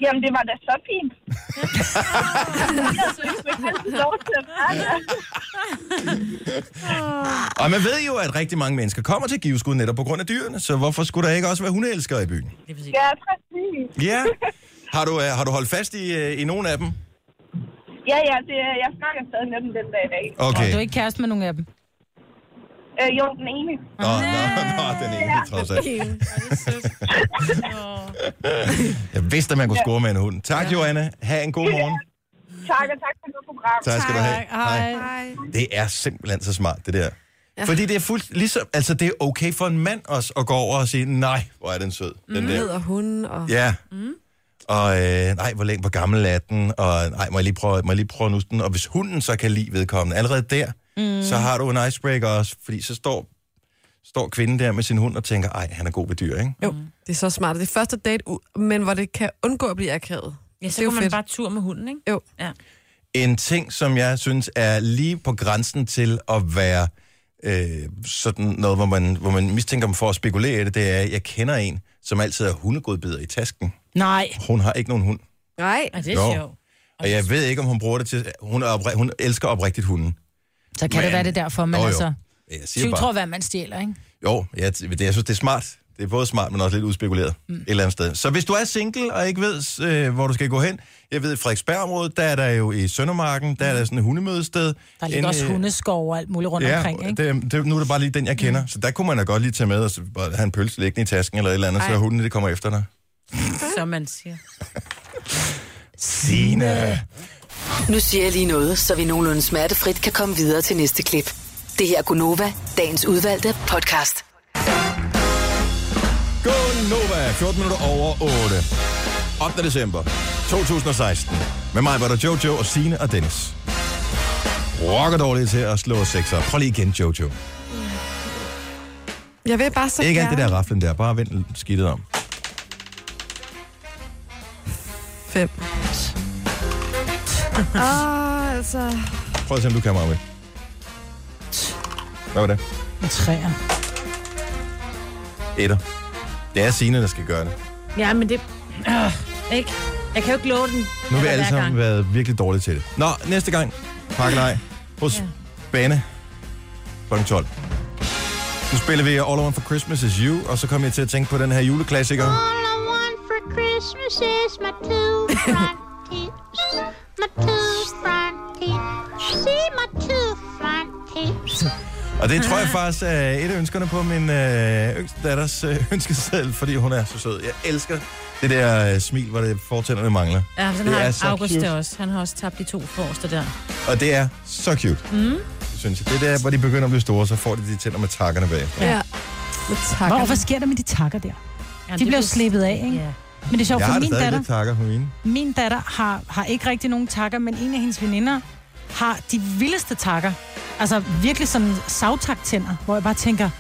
S9: Jamen, det var da så fint. jeg synes, jeg kan altid lov til at være der.
S1: Og man ved jo, at rigtig mange mennesker kommer til giveskud netop på grund af dyrene, så hvorfor skulle der ikke også være hundeelskere i byen?
S2: det er præcis.
S9: Ja, præcis.
S1: Ja. Har du, øh, har du holdt fast i, øh, i nogen af dem?
S9: Ja, ja, det, er- jeg snakker stadig med dem den dag i dag.
S4: Okay. Og
S1: Okay.
S4: du er ikke kæreste med nogen af dem.
S9: Øh, jo, den ene.
S1: Nå, nå, nå, den ene trods alt. Jeg vidste, at man kunne score med en hund. Tak, Joanna. Ha' en god morgen.
S9: Tak, og tak for det program.
S1: Tak skal du have.
S4: Hej.
S3: Hej.
S1: Det er simpelthen så smart, det der. Ja. Fordi det er fuldt, ligesom, altså det er okay for en mand også at gå over og sige, nej, hvor er den sød, den
S3: Den
S1: der.
S3: Mm. hedder hunden, og...
S1: Ja. Mm. Og øh, nej, hvor længe, hvor gammel er den, og nej, må jeg lige prøve, må jeg lige prøve nu den, og hvis
S3: Mm.
S1: hunden så kan lide vedkommende allerede der, mm. så har du en icebreaker også, fordi så står, står kvinden der med sin hund og tænker, ej, han er god ved dyr, ikke?
S3: Jo, det er så smart. Det er første date, u- men hvor det kan undgå at blive akavet.
S2: Ja, så
S3: Det er jo
S2: går man
S3: fedt.
S2: bare tur med hunden, ikke?
S3: Jo.
S2: Ja.
S1: En ting, som jeg synes er lige på grænsen til at være øh, sådan noget, hvor man, hvor man mistænker dem for at spekulere i det, det er, at jeg kender en, som altid har hundegodbidder i tasken.
S4: Nej.
S1: Hun har ikke nogen hund.
S3: Nej.
S2: Og det
S1: Jo.
S2: er sjovt.
S1: Og jeg ved ikke, om hun bruger det til... Hun, er opri- hun elsker oprigtigt hunden.
S4: Så kan
S1: Men-
S4: det være det er derfor, men
S1: Jo, jo.
S4: altså...
S1: Jeg siger
S4: Tyv
S1: bare...
S4: tror, hvad man stjæler, ikke?
S1: Jo, jeg, det, jeg synes, det er smart. Det er både smart, men også lidt udspekuleret mm. et eller andet sted. Så hvis du er single og ikke ved, øh, hvor du skal gå hen, jeg ved, i Frederiksbergområdet, der er der jo i Søndermarken, der er der sådan et hundemødested.
S4: Der ligger
S1: Inde,
S4: også
S1: øh,
S4: hundeskov og alt muligt rundt
S1: ja,
S4: omkring, ikke?
S1: Det, det, nu er det bare lige den, jeg kender. Mm. Så der kunne man da godt lige tage med og så bare have en pølse liggende i tasken eller et eller andet, Ej. så
S3: Ej.
S1: hunden det kommer efter dig.
S2: Som man siger.
S1: Sine.
S5: Nu siger jeg lige noget, så vi nogenlunde smertefrit kan komme videre til næste klip. Det her er Gunova, dagens udvalgte podcast.
S1: Nova, 14 minutter over 8. 8. december 2016. Med mig var der Jojo og Sine og Dennis. Rocker dårligt til at slå sekser. Prøv lige igen, Jojo.
S3: Jeg vil bare så
S1: Ikke alt
S3: gerne.
S1: det der raflen der, bare vend skidtet om.
S3: Fem. Åh, altså...
S1: Prøv at se, om du kan meget med. Hvad var det?
S4: En træer.
S1: Etter. Det er Signe, der skal gøre det.
S2: Ja, men det... Øh, ikke? Jeg kan jo ikke love den.
S1: Nu har vi
S2: hver
S1: alle sammen
S2: gang.
S1: været virkelig dårlige til det. Nå, næste gang. Pakkelej hos ja. Bane. Kl. 12. Nu spiller vi All I Want For Christmas Is You, og så kom jeg til at tænke på den her juleklassiker. Og det tror jeg faktisk er et af ønskerne på min øh, yngste datters øh, ønskeseddel, fordi hun er så sød. Jeg elsker det der øh, smil, hvor det fortænderne mangler.
S2: Ja, sådan
S1: Det
S2: har
S1: er så
S2: August
S1: cute.
S2: det også. Han har også tabt de to forreste der.
S1: Og det er så cute, mm. synes jeg. Det er der, hvor de begynder at blive store, så får de de tænder med takkerne bag.
S3: Ja. Men tak.
S4: Hvor, hvad sker der med de takker der?
S2: Ja,
S4: De bliver jo slippet af, ikke?
S2: Ja.
S4: Men det er sjovt,
S1: Jeg
S4: for
S1: har da
S4: min
S1: stadig
S4: datter,
S1: lidt takker på mine.
S4: min datter har, har ikke rigtig nogen takker, men en af hendes veninder har de vildeste takker. Altså virkelig sådan savtaktænder, hvor jeg bare tænker,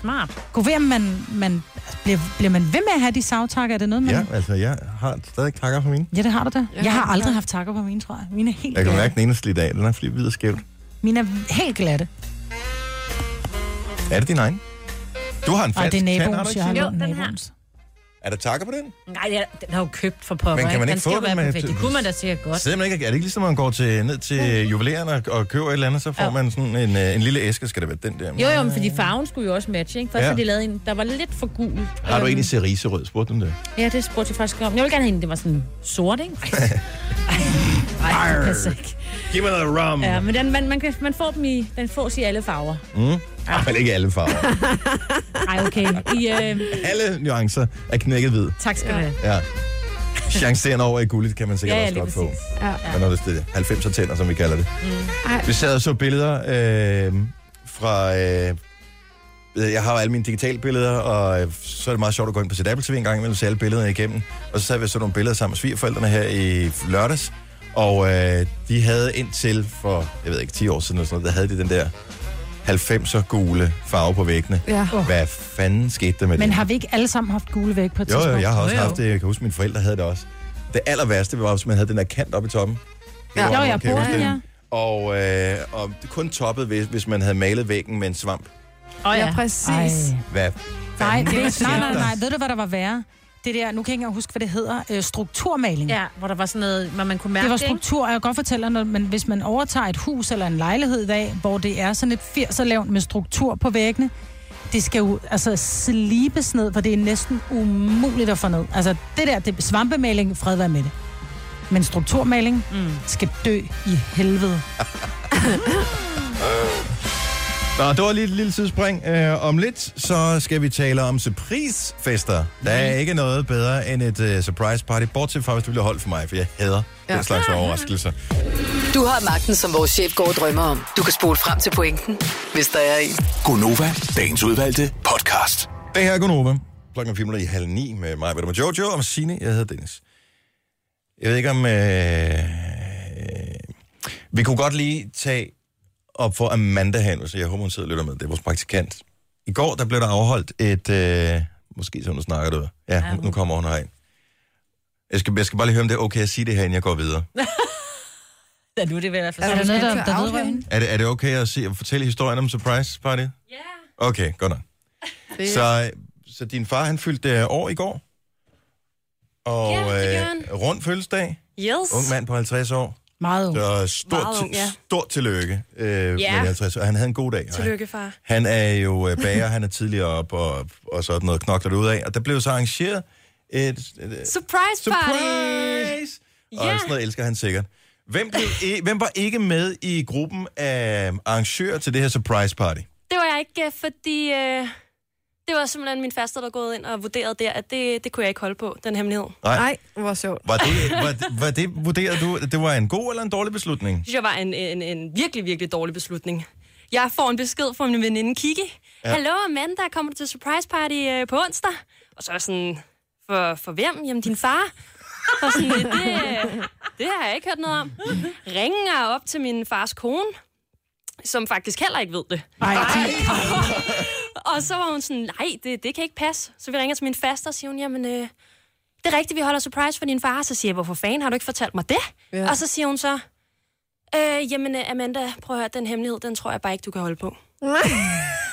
S2: Smart.
S4: gå ved, om man, man bliver, bliver man ved med at have de savtakker? Er det noget, man...
S1: Ja, altså, jeg har stadig takker på mine.
S4: ja det har du da.
S3: Jeg
S4: Jeg har
S3: har-
S4: aldrig haft takker på mine, tror jeg. Mine er helt
S1: Jeg kan
S4: glatte.
S1: mærke, den ene er slidt af. Den er fordi hvid og skævt.
S4: Mine er helt glatte.
S1: Er det din egen? Du har en
S4: Og
S1: falsk
S4: det er
S1: tand, har du
S4: naboens,
S1: ikke,
S4: jeg har
S1: Signe?
S2: Jo,
S4: lånt
S2: den her.
S4: naboens.
S1: Er der takker på den?
S2: Nej, ja, den har jo købt for pokker.
S1: Men kan man ikke
S2: den skal
S1: få
S2: jo
S1: den
S2: være
S1: med-
S2: perfekt. Det kunne man da sikkert godt.
S1: Sidder man ikke, er det ikke ligesom, at man går til, ned til juveleren og, og køber et eller andet, så får
S2: Jo.
S1: man sådan en, øh, en lille æske, skal det være den der?
S2: Jo, jo, men fordi farven skulle jo også matche, ikke? Først
S1: Ja.
S2: ja. de lavet en, der var lidt for gul.
S1: Har du
S2: Øhm,
S1: en i ceriserød? Spurgte du dem det?
S2: Ja, det spurgte jeg faktisk om. Jeg ville gerne have en, det var sådan sort, ikke? Ej, Ej det passer ikke.
S1: Giv mig noget rum.
S2: Ja,
S1: Ja.
S2: men den, man, man, kan, man får dem i, den fås i alle farver.
S1: Mm? Ej, ikke alle farver.
S2: Ej, okay. I, øh,
S1: alle nuancer er knækket hvid.
S2: tak skal du have.
S1: Ja. Chancen over i guldet kan man sikkert
S2: Ja,
S1: ja,
S2: ja,
S1: også
S2: lige
S1: godt få.
S2: præcis.
S3: Ja.
S1: Ja. Når det er det, 90'er tænder, som vi kalder det. Mm. Vi sad og så billeder øh, fra... Øh, øh, jeg har jo alle mine digitale billeder, og øh, så er det meget sjovt at gå ind på sit Apple TV en gang imellem, se alle billederne igennem. Og så sad vi og så nogle billeder sammen med svigerforældrene her i lørdags. Og øh, de havde indtil for, jeg ved ikke, 10 år siden eller sådan noget, der havde de den der 90'er gule farve på væggene.
S3: Ja.
S1: Hvad fanden skete der med det?
S4: Men har vi ikke alle sammen haft gule væg på et
S1: Jo,
S4: tidspunkt?
S1: jo, jeg har også
S2: Jo, jo.
S1: haft det. Jeg kan huske, mine forældre havde det også. Det aller værste var, hvis man havde den der kant oppe i toppen. Det
S3: Ja.
S1: var-
S4: Jo, jeg
S1: kan huske
S4: bor
S1: det.
S4: ja.
S1: Og, øh, og det kun toppet, hvis, hvis man havde malet væggen med en svamp.
S2: Og
S3: Ja,
S2: ja,
S4: Ej.
S3: præcis.
S1: Hvad?
S4: Nej,
S1: fanden
S4: det,
S1: skete
S4: nej, nej,
S1: der?
S4: nej. Ved du, hvad der var værre? Det der, nu kan jeg ikke engang huske, hvad det hedder, øh, strukturmaling.
S2: ja, hvor der var sådan noget, hvor man kunne mærke
S4: Det var
S2: det, ikke?
S4: struktur, og jeg kan godt fortælle dig noget, men hvis man overtager et hus eller en lejlighed i dag, hvor det er sådan et 80'er lavn med struktur på væggene, det skal jo altså slibes ned, for det er næsten umuligt at få ned. Altså det der, det svampemaling, fred være med det. Men strukturmaling mm. skal dø i helvede.
S1: Nå, det var lige et lille tidsspring. Øh, om lidt, så skal vi tale om surprisefester. Der er ikke noget bedre end et øh, surprise party, bortset fra, hvis det bliver holdt for mig, for jeg hader ja. den slags overraskelser.
S5: Du har magten, som vores chef går og drømmer om. Du kan spole frem til pointen, hvis der er en.
S6: Gonova, dagens udvalgte podcast.
S1: Det her er Gunova. Klokken er fire minutter i halv ni med mig, Britta, med Jojo og med Signe. Jeg hedder Dennis. Jeg ved ikke om... Øh... Vi kunne godt lige tage op for Amanda her nu, så jeg håber, hun sidder og lytter med. Det er vores praktikant. I går, der blev der afholdt et... Øh, måske så nu snakker du. Ja, ja nu kommer hun herind. Jeg skal, jeg skal bare lige høre, om det er okay at sige det her, inden jeg går videre.
S2: Ja, nu er det vel i hvert fald
S4: Er der
S2: sådan.
S4: noget, der,
S3: til at
S4: der vedrører
S3: afhænde?
S4: hende?
S1: Er det, er det okay at, se, at fortælle historien om surprise party?
S2: Ja.
S1: Okay, godt nok.
S3: Det,
S1: Så, øh, så din far, han fyldte øh, år i går. Og
S10: Ja, det gjorde
S1: øh, rund fødselsdag.
S10: Yes.
S1: Ung mand på 50 år.
S4: Meget ung.
S1: Så stort,
S10: Meget
S1: ung,
S10: ung,
S1: ja.
S10: ja.
S1: stort tillykke øh, med de 50 år. Han havde en god dag. og han-
S10: Tillykke, far.
S1: Han er jo øh, bager, han er tidligere op og, og sådan noget knokler det ud af. Og der blev så arrangeret et, et, et
S10: Surprise, party!
S1: surprise! Og sådan noget elsker han sikkert. Hvem, blev, i- hvem var ikke med i gruppen af arrangører til det her surprise party?
S10: Det var jeg ikke, øh, fordi øh, det var simpelthen min faste, der gået ind og vurderede der, at det, det kunne jeg ikke holde på, den hemmelighed. Det
S3: nej, hvor sjovt.
S1: Var det, var, det- var det, vurderede du, at det var en god eller en dårlig beslutning?
S10: synes jeg var en, en, en virkelig, virkelig dårlig beslutning. Jeg får en besked fra min veninde Kiki. Ja. Hallo Amanda, kommer du til surprise party øh, på onsdag? Og så er jeg sådan, for, for hvem? Jamen din far. Og sådan, "Øh, det, det, det har jeg ikke hørt noget om. Ringer op til min fars kone, som faktisk heller ikke ved det.
S4: Ej,
S10: Og så var hun sådan, nej, det, det kan ikke passe. Så vi ringer til min faste, og siger hun, jamen, øh, det er rigtigt, vi holder surprise for din far. Så siger jeg, hvorfor fanden har du ikke fortalt mig det?
S3: Ja.
S10: Ja. Og så siger hun så, øh, jamen øh, Amanda, prøv at høre, den hemmelighed, den tror jeg bare ikke, du kan holde på.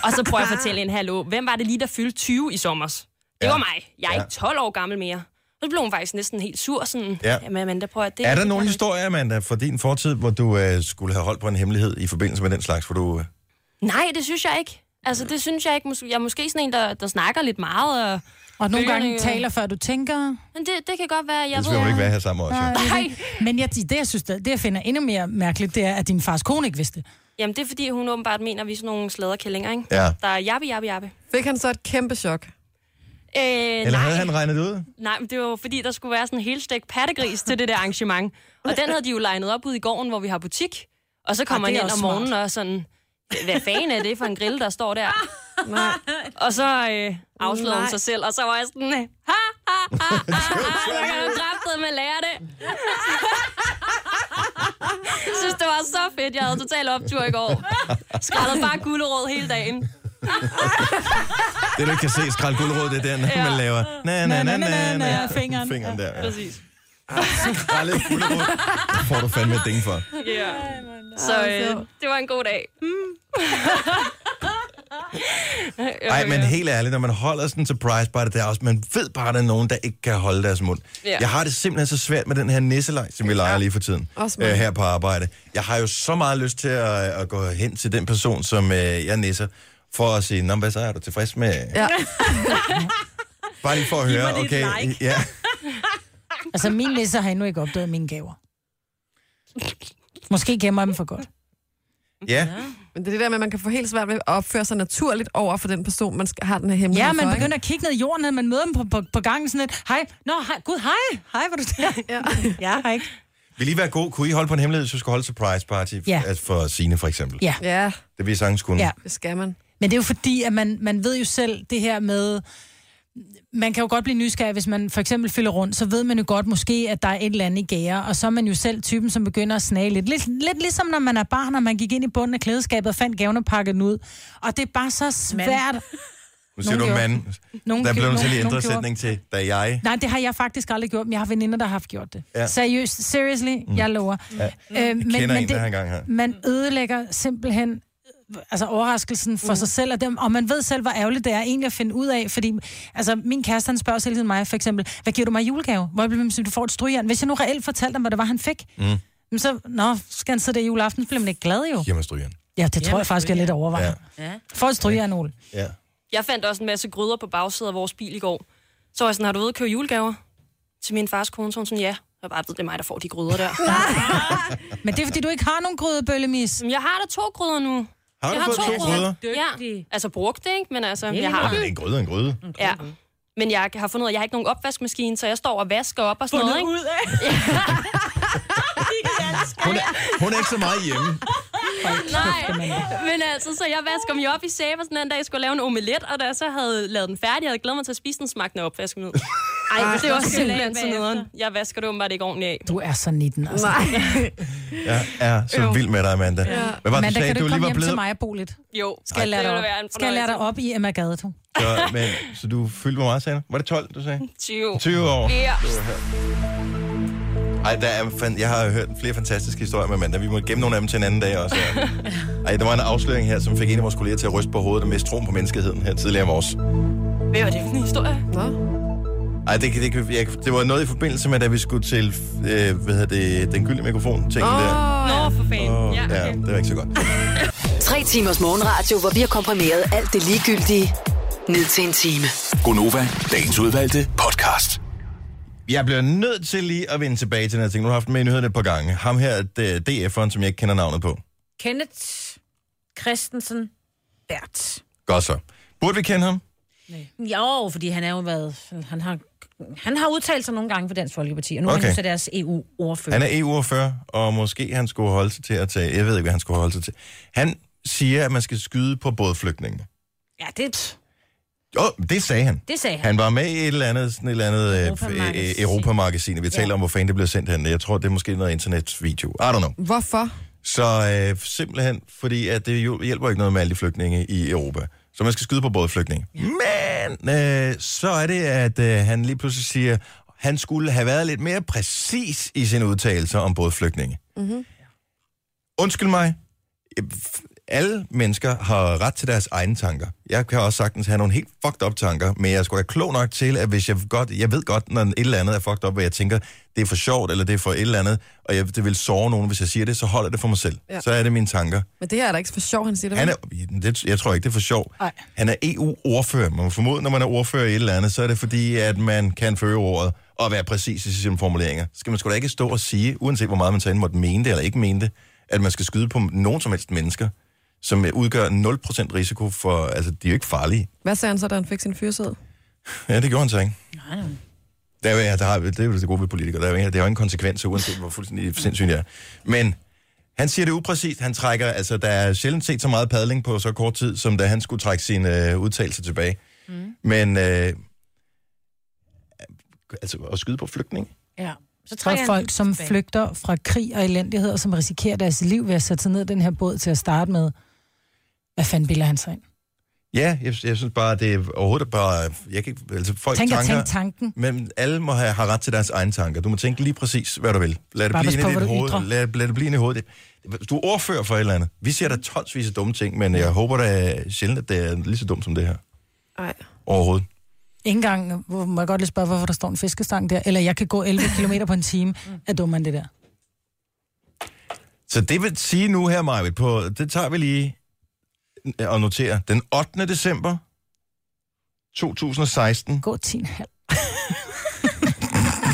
S10: og så prøver jeg at fortælle en hallo, hvem var det lige, der fyldte 20 i sommer? Det
S1: Ja.
S10: var mig. Jeg er
S1: Ja.
S10: ikke 12 år gammel mere. Så blev hun faktisk næsten helt sur, sådan,
S1: Ja.
S10: ja. jamen Amanda, prøv at det...
S1: Er der
S10: det
S1: nogen
S10: kan du
S1: historier, Amanda, fra din fortid, hvor du øh, skulle have holdt på en hemmelighed i forbindelse med den slags, hvor du... Øh,
S10: ikke." Nej, det synes jeg ikke. Altså, det synes jeg ikke. Mås- Jeg er måske sådan en, der, der snakker lidt meget, og...
S4: Og nogle gange
S10: Bølgerne, ja.
S4: taler, før du tænker.
S10: men det, det kan godt være, jeg
S1: det
S10: ved...
S1: skulle jo ikke være her sammen også. jo.
S10: Nej,
S4: Men jeg, det, jeg synes, det, det, jeg finder endnu mere mærkeligt, det er, at din fars kone ikke vidste.
S10: Jamen, det er fordi, hun åbenbart mener, at vi er sådan nogle slæderkællinger, ikke?
S1: Ja.
S10: Der er jappe, jappe, jappe.
S3: Fik han så et kæmpe chok?
S10: Øh,
S1: Eller
S10: nej,
S1: havde han regnet det ud?
S10: nej, men det var jo fordi, der skulle være sådan en helstegt pattegris til det der arrangement. Og den havde de jo legnet op ude i gården, hvor vi har butik. Og så kommer
S4: Ah,
S10: han
S4: det er
S10: ind om
S4: også
S10: morgenen og sådan, hvad fanden er det for en grill, der står der?
S3: Nej.
S10: Og så øh, afslørede hun
S3: Nej.
S10: sig selv, og så var jeg sådan, ha, ha, ha, ha, ha, du kan jo kraftedeme med lære det. Jeg synes, det var så fedt. Jeg havde total optur i går. Skrællede bare gulerod hele dagen.
S1: Det, du ikke kan se, skrald guldråd, det er den, ja. man laver. Na, na, na, na, na,
S4: Fingeren.
S1: Fingeren der, ja.
S10: Præcis.
S1: Skrald guldråd. Det får du fandme et ding for.
S10: Yeah. Så øh, det var en god dag.
S1: Nej, men helt ærligt, når man holder sådan en surprise party, det er også, man ved bare, at der er nogen, der ikke kan holde deres mund.
S10: Ja.
S1: Jeg har det simpelthen så svært med den her nisselej, som vi leger lige for tiden
S3: Også mig.
S1: øh, her på arbejde. Jeg har jo så meget lyst til at, at gå hen til den person, som øh, jeg nisser, for at sige, Nå, men hvad så er du tilfreds med?
S3: Ja.
S1: Bare lige for at høre,
S2: mig lige
S1: okay.
S2: et like.
S1: Ja.
S4: Altså, min nisser har endnu ikke opdaget mine gaver. Måske gemmer jeg dem for godt.
S1: ja.
S3: Men det er det der med, at man kan få helt svært ved at opføre sig naturligt over for den person, man skal, har den her hemmelighed
S4: Ja, man
S3: for, ikke?
S4: begynder at kigge ned i jorden, og man møder dem på, på, på gangen sådan lidt. Hej, nå, hej, gud, hej, hej, var du der?
S3: Ja.
S4: Ja, hej.
S1: Vil I være god? Kunne I holde på en hemmelighed, hvis du skulle holde surprise party?
S4: Ja.
S1: Altså for Signe, for eksempel.
S4: Ja.
S3: Ja,
S1: Det vil I sagtens kunne.
S4: Ja.
S3: det skal man.
S4: Men det er jo fordi, at man, man ved jo selv det her med... Man kan jo godt blive nysgerrig, hvis man for eksempel fylder rundt, så ved man jo godt måske, at der er et eller andet i gære, og så er man jo selv typen, som begynder at snage lidt. Lidt, lidt ligesom når man er barn, og man gik ind i bunden af klædeskabet og fandt gaven og pakkede den ud. Og det er bare så svært.
S1: Nu siger
S4: Nogen
S1: du
S4: gjorde.
S1: mand.
S4: Nogen
S1: Der blev
S4: gjorde-
S1: nødt til at lige
S4: nogen
S1: ændre
S4: gjorde.
S1: sætning til, da jeg...
S4: Nej, det har jeg faktisk aldrig gjort, men jeg har veninder, der har haft gjort det.
S1: Ja.
S4: Ja. Seriøst, seriously, mm. jeg lover. Ja. Øh, men,
S1: Kender en,
S4: det-
S1: der har engang her.
S4: man ødelægger simpelthen øh, altså overraskelsen for mm. sig selv, og, dem, og man ved selv, hvor ærgerligt det er egentlig at finde ud af, fordi altså, min kæreste, han spørger selv mig, for eksempel, hvad giver du mig i julegave? Hvor jeg bliver ved med, du får et strygjern. Hvis jeg nu reelt fortalte ham, hvad det var, han fik, mm. jamen så, nå, skal han sidde der juleaften, så bliver man ikke glad jo.
S1: Hjemme strygeren.
S4: Ja, det tror jeg faktisk, jeg er lidt overvejer. Ja. For et strygjern, Ole.
S1: Ja.
S10: Jeg fandt også en masse gryder på bagsædet af vores bil i går. Så var jeg sådan, har du ude at købe julegaver? Til min fars kone, så hun sådan, ja. Jeg bare ved, det er mig, der får de gryder der.
S4: Men det er, fordi du ikke har nogen grydebøllemis.
S10: Men jeg har da to gryder nu.
S1: Har du
S10: Jeg har
S1: fået
S10: to
S1: to
S10: brødre.
S1: gryder?
S10: Ja. Altså brugt det, ikke? Men altså, jeg
S1: Nej,
S10: har
S1: det er en gryde, er en gryde.
S10: Ja. Men jeg har fundet ud af, at jeg har ikke nogen opvaskemaskine, så jeg står og vasker op og sådan noget, ikke?
S2: ud af.
S1: Hun er, hun er ikke så meget hjemme.
S10: Nej, men altså, så jeg vasker mig op i sæbe, og sådan en dag skulle jeg lave en omelet, og da jeg så havde lavet den færdig, jeg havde glædet mig til at spise den, smagte den af opvaskemiddel. Ej, det er også
S2: Skal
S10: simpelthen
S2: jeg
S10: sådan noget. Jeg vasker det åbenbart ikke ordentligt af.
S4: Du er så 19, altså. Nej.
S1: Jeg er så
S4: Øv.
S1: vild med dig, Amanda. Ja. Hvad var det,
S4: Amanda,
S1: du sagde?
S4: kan du,
S1: Du
S4: ikke
S1: lige
S4: komme
S1: var
S4: hjem til
S1: blevet...
S4: mig og bo lidt?
S10: Jo,
S4: Skal jeg
S10: Ej,
S4: lære
S10: det
S4: dig
S10: ville
S4: op?
S10: være en
S4: Skal jeg lære dig op i Emma Gade, du?
S1: Så, men, så du fyldte hvor meget, sagde du? Var det 12, du sagde?
S10: 20.
S1: 20 år.
S10: Ja.
S1: Du er her. Ej, der er, fan- jeg har hørt flere fantastiske historier med Amanda. Vi må gemme nogle af dem til en anden dag også. ja. Ej, der var en afsløring her, som fik en af vores kolleger til at ryste på hovedet og miste troen på menneskeheden her tidligere om års.
S10: Hvad var det for en historie?
S1: Ej, det, kan- det, kan- jeg, det var noget i forbindelse med, da vi skulle til øh, hvad hedder det, den gyldne mikrofon. Ting der.
S10: Nå, for fanden.
S1: Åh,
S10: ja,
S1: ja,
S10: okay.
S1: det var ikke så godt.
S5: Tre timers morgenradio, hvor vi har komprimeret alt det ligegyldige ned til en time.
S6: Gonova, dagens udvalgte podcast.
S1: Jeg bliver nødt til lige at vende tilbage til den her ting. Nu har jeg haft den med i nyhederne et par gange. Ham her, øh, DF'eren, som jeg ikke kender navnet på.
S2: Kenneth Christensen Bert.
S1: Godt så. Burde vi kende ham?
S2: Jo, fordi han er jo været... Han har, han har udtalt sig nogle gange for Dansk Folkeparti, og nu er
S1: Okay.
S2: han jo så deres E EU-ordfører.
S1: Han er EU-ordfører, og måske han skulle holde sig til at tage... Jeg ved ikke, hvad han skulle holde sig til. Han siger, at man skal skyde på både flygtningene.
S2: Ja, det,
S1: Jo, det sagde han.
S2: det sagde han.
S1: Han var med i et eller andet, sådan et eller andet øh,
S2: Europamagasin.
S1: øh, Europamagasin. Vi taler om, hvor fanden det blev sendt hen. Jeg tror, det er måske noget internetvideo. I don't know.
S3: Hvorfor?
S1: Så øh, simpelthen, fordi at det jo hjælper ikke noget med alle de flygtninge i Europa. Så man skal skyde på både flygtninge. Men øh, så er det, at øh, han lige pludselig siger, han skulle have været lidt mere præcis i sine udtalelser om både flygtninge.
S3: Mm-hmm.
S1: Undskyld mig. Øh, f- Alle mennesker har ret til deres egne tanker. Jeg kan også sagtens have nogle helt fucked up tanker, men jeg skulle være klog nok til, at hvis jeg godt, jeg ved godt, når et eller andet er fucked up, hvad jeg tænker, det er for sjovt, eller det er for et eller andet, og jeg, det vil såre nogen, hvis jeg siger det, så holder det for mig selv. Ja.
S3: Ja.
S1: Så er det mine tanker.
S3: Men det her er da ikke for sjov, han siger det.
S1: Han
S3: vel?
S1: er, det, jeg tror ikke, det er for sjov.
S4: Nej.
S1: Han er EU-ordfører. Man må formode, når man er ordfører i et eller andet, så er det fordi, at man kan føre ordet og være præcis i sine formuleringer. Så Skal man sgu da ikke stå og sige, uanset hvor meget man så end måtte mene det eller ikke mene det, at man skal skyde på nogen som helst mennesker, som udgør 0% risiko for... Altså, de er jo ikke farlige.
S3: Hvad sagde han så, da han fik sin fyrsæde?
S1: Ja, det gjorde han så ikke.
S2: Nej, nej.
S1: Der er, der er, det er jo det gode ved politikere. Der er, jo ingen- det har jo ingen konsekvenser, uanset hvor fuldstændig sindssygt det er. Men han siger det upræcist. Han trækker, altså der er sjældent set så meget padling på så kort tid, som da han skulle trække sine øh, udtalelser tilbage. Mm. Men øh, altså at skyde på flygtning.
S2: Ja. Så
S4: Så
S2: trækker han
S4: folk, som
S2: tilbage.
S4: flygter fra krig og elendighed, og som risikerer deres liv ved at sætte sig ned i den her båd til at starte med. Hvad fanden bilder han sig ind?
S1: Ja, jeg, jeg synes bare, det er overhovedet bare... Jeg kan, ikke- altså folk
S4: Tænk at
S1: tanker,
S4: tænke tanken.
S1: Men alle må have, have ret til deres egne tanker. Du må tænke lige præcis, hvad du vil. Lad det
S4: Bare
S1: blive
S4: pas på,
S1: inde i
S4: hvad
S1: dit
S4: du
S1: hoved.
S4: ytrer.
S1: Lad, lad det blive inde i hovedet. Du er ordfører for et eller andet. Vi ser da tonsvis af dumme ting, men jeg håber da sjældent, at det er lige så dumt som det her.
S3: Nej.
S1: Overhovedet.
S4: Ikke engang, hvor- må jeg godt lige spørge, hvorfor der står en fiskestang der, eller jeg kan gå 11 km på en time. Er dum man det der?
S1: Så det vil sige nu her, Majved, på, det tager vi lige og noterer. Den 8. december 2016
S4: Gå 10,5.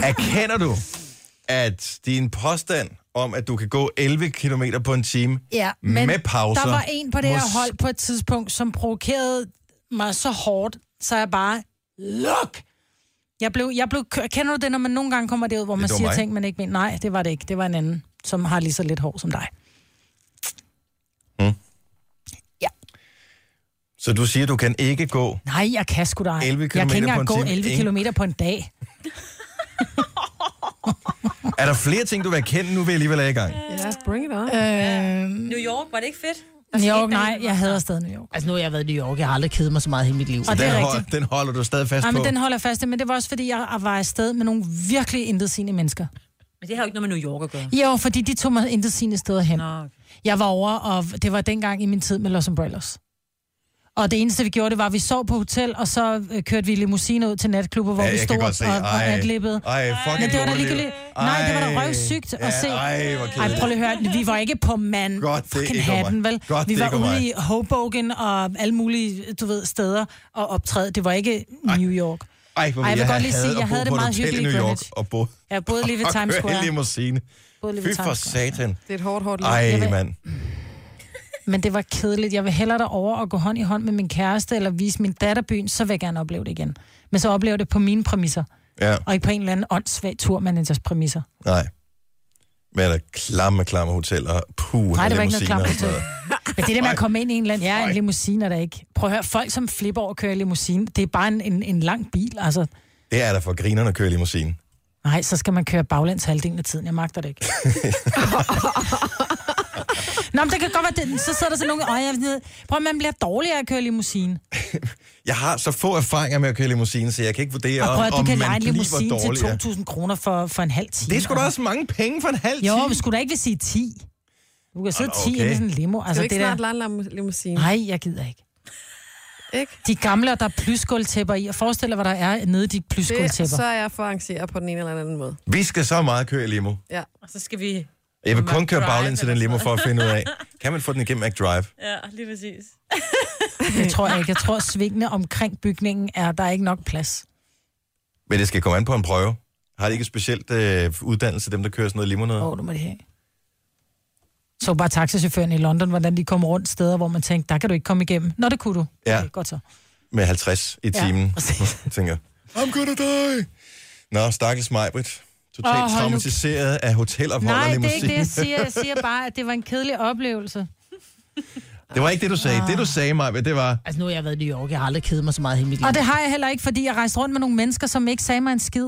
S1: erkender du, at din påstand om, at du kan gå 11 km på en time
S4: Ja,
S1: men
S4: men
S1: med pauser.
S4: der var en på det
S1: Mås-
S4: her hold på et tidspunkt, som provokerede mig så hårdt, så jeg bare, luk! Jeg blev, jeg blev, kø- kender du det, når man nogle gange kommer derud, hvor man
S1: det var
S4: siger
S1: mig.
S4: ting, man ikke mener? Nej, det var det ikke. Det var en anden, som har lige så lidt hår som dig.
S1: Så du siger, du kan ikke gå
S4: Nej, jeg kan sgu da. ej.
S1: 11
S4: jeg
S1: kilometer på
S4: kan ikke
S1: en
S4: engang gå
S1: time.
S4: 11
S1: Ingen-
S4: km på en dag.
S1: Er der flere ting, du vil erkende? Nu vil jeg alligevel er i gang.
S3: Ja, bring it on. Altså,
S4: Øh,
S2: New York, var det ikke fedt?
S4: New York, nej, jeg hader stadig New York.
S11: Altså, nu har jeg været i New York. Jeg har aldrig kedet mig så meget i hele mit liv.
S4: Og det
S1: den,
S4: er
S1: hold,
S4: rigtigt.
S1: den holder du stadig fast
S4: Nej,
S1: på.
S4: men den holder jeg fast i, men det var også, fordi jeg var afsted med nogle virkelig intetsigende mennesker.
S2: Men det har jo ikke noget med New York at gøre.
S4: Jo, fordi de tog mig intetsigende steder hen.
S2: Nå, okay.
S4: Jeg var over, og det var dengang i min tid med Los Umbrellas. Og det eneste, vi gjorde, det var, at vi sov på hotel, og så øh, kørte vi i limousine ud til natklubber, hvor
S1: Ja,
S4: ja, vi
S1: jeg kan
S4: stod og,
S1: godt se.
S4: og, og
S1: Ej.
S4: natlippede.
S1: Ej, fuck
S4: Men det var da ligegyldigt. Nej, det var da røvsygt at se.
S1: Ej, hvor
S4: Ej,
S1: kedeligt.
S4: prøv lige at høre, vi var ikke på man
S1: Godt, det
S4: fucking
S1: ikke var mig.
S4: hatten, vel?
S1: Godt,
S4: vi
S1: det
S4: var
S1: ikke var mig.
S4: ude i Hoboken og alle mulige, du ved, steder og optræde. Det var ikke New York.
S1: Ej, hvor
S4: Ej, jeg vil godt lige sige,
S1: hadede at
S4: jeg
S1: bo
S4: havde det
S1: på et
S4: meget
S1: hotel i
S4: hyggeligt i
S1: New York
S4: Greenwich.
S1: og boede
S4: Jeg boede lige ved
S1: og
S4: Times
S1: kørte i
S4: Square.
S1: limousine.
S4: Boede lige
S1: Fy
S4: ved
S1: for
S4: Times Square.
S1: satan.
S3: Det er et hårdt, hårdt liv.
S4: Jeg
S1: Ej,
S4: vil-
S1: mand.
S4: Men det var kedeligt. Jeg vil hellere derover og gå hånd i hånd med min kæreste, eller vise min datter byen, så vil jeg gerne opleve det igen. Men så oplever det på mine præmisser,
S1: Ja,
S4: og ikke på en eller anden åndssvag turmanagers præmisser.
S1: nej. Men er der klamme, klamme hoteller. Puh,
S4: Nej, det var ikke noget
S1: limousiner
S4: klamt
S1: og sådan noget.
S4: Men det der med at komme ind i en eller anden, ja, en limousine er der ikke. Prøv at høre, folk som flipper over og kører i limousine, det er bare en, en, en lang bil, altså.
S1: Det er da for grinerne at køre limousine.
S4: Nej, så skal man køre baglæns halvdelen af tiden. Jeg magter det ikke. Nå, men det kan godt være, det, så sidder der sådan nogle øje. Jeg, prøv, man bliver dårligere af at køre limousine.
S1: Jeg har så få erfaringer med at køre limousine, så jeg kan ikke vurdere,
S4: Og prøv, at
S1: om,
S4: du kan
S1: om
S4: lege
S1: man
S4: en
S1: bliver
S4: limousine til
S1: dårligere.
S4: 2.000 kroner for, for en halv time.
S1: Det er sgu da også mange penge for en halv
S4: Jo,
S1: time.
S4: men skulle da ikke vil sige 10. Du kan sidde
S1: Nå,
S4: 10
S1: Ah, okay.
S4: okay. i sådan en limo.
S1: Kan
S4: Altså,
S3: vi ikke
S4: det der...
S3: snart lege en lam- limousine?
S4: Nej, jeg gider ikke.
S3: Ikke?
S4: De gamle, og der er plyskåltæpper i, og forestil dig, hvad der er nede i de
S3: Det,
S4: plyskåltæpper.
S3: så er jeg for at arrangere på den ene eller anden måde.
S1: Vi skal så meget køre i limo.
S3: Ja.
S2: Og så skal vi...
S1: Jeg vil kun køre
S2: McDrive
S1: baglæns i den
S2: eller
S1: limo
S2: sådan
S1: for at
S2: noget.
S1: finde ud af, kan man få den igennem McDrive?
S2: Ja, lige præcis.
S4: Det tror jeg ikke. Jeg tror, svingene omkring bygningen er, der er ikke nok plads.
S1: Men det skal komme an på en prøve. Har de ikke et specielt øh, uddannelse, dem der kører sådan noget limo noget?
S4: Åh, oh, du må det have. Så bare taxachaufføren i London, hvordan de kom rundt steder, hvor man tænkte, der kan du ikke komme igennem. Nå, det kunne du.
S1: Ja.
S4: Okay, godt så.
S1: Med 50 i
S4: Ja,
S1: timen, ja, tænker I'm gonna die! Nå, stakkels Majbrit.
S4: Åh,
S1: Totalt
S4: hold
S1: oh,
S4: nu-
S1: traumatiseret af hotelophold og
S4: Nej, det er
S1: limousine.
S4: ikke det, jeg siger. Jeg siger bare, at det var en kedelig oplevelse.
S1: det var ikke det, du sagde. Det, du sagde, Majbrit, det var...
S4: Altså, nu har jeg været i New York.
S11: Jeg har aldrig kedet mig så meget i hele mit liv.
S4: Og det har jeg heller ikke, fordi jeg rejste rundt med nogle mennesker, som ikke sagde mig en skid.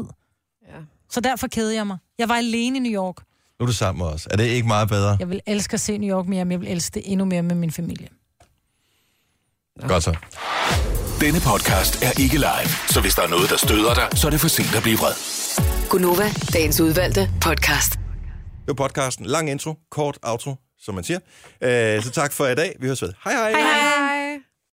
S3: Ja.
S4: Så derfor kedede jeg mig. Jeg var alene i New York.
S1: Nu er du sammen med os. Er det ikke meget bedre?
S4: Jeg vil elske at se New York mere, men jeg vil elske det endnu mere med min familie.
S1: Godt så.
S6: Denne podcast er ikke live, så hvis der er noget, der støder dig, så er det for sent at blive vred.
S5: Gunova, dagens udvalgte podcast.
S1: Det var podcasten. Lang intro, kort outro, som man siger. Øh, så tak for i dag. Vi høres ved. Hej hej! hej, hej.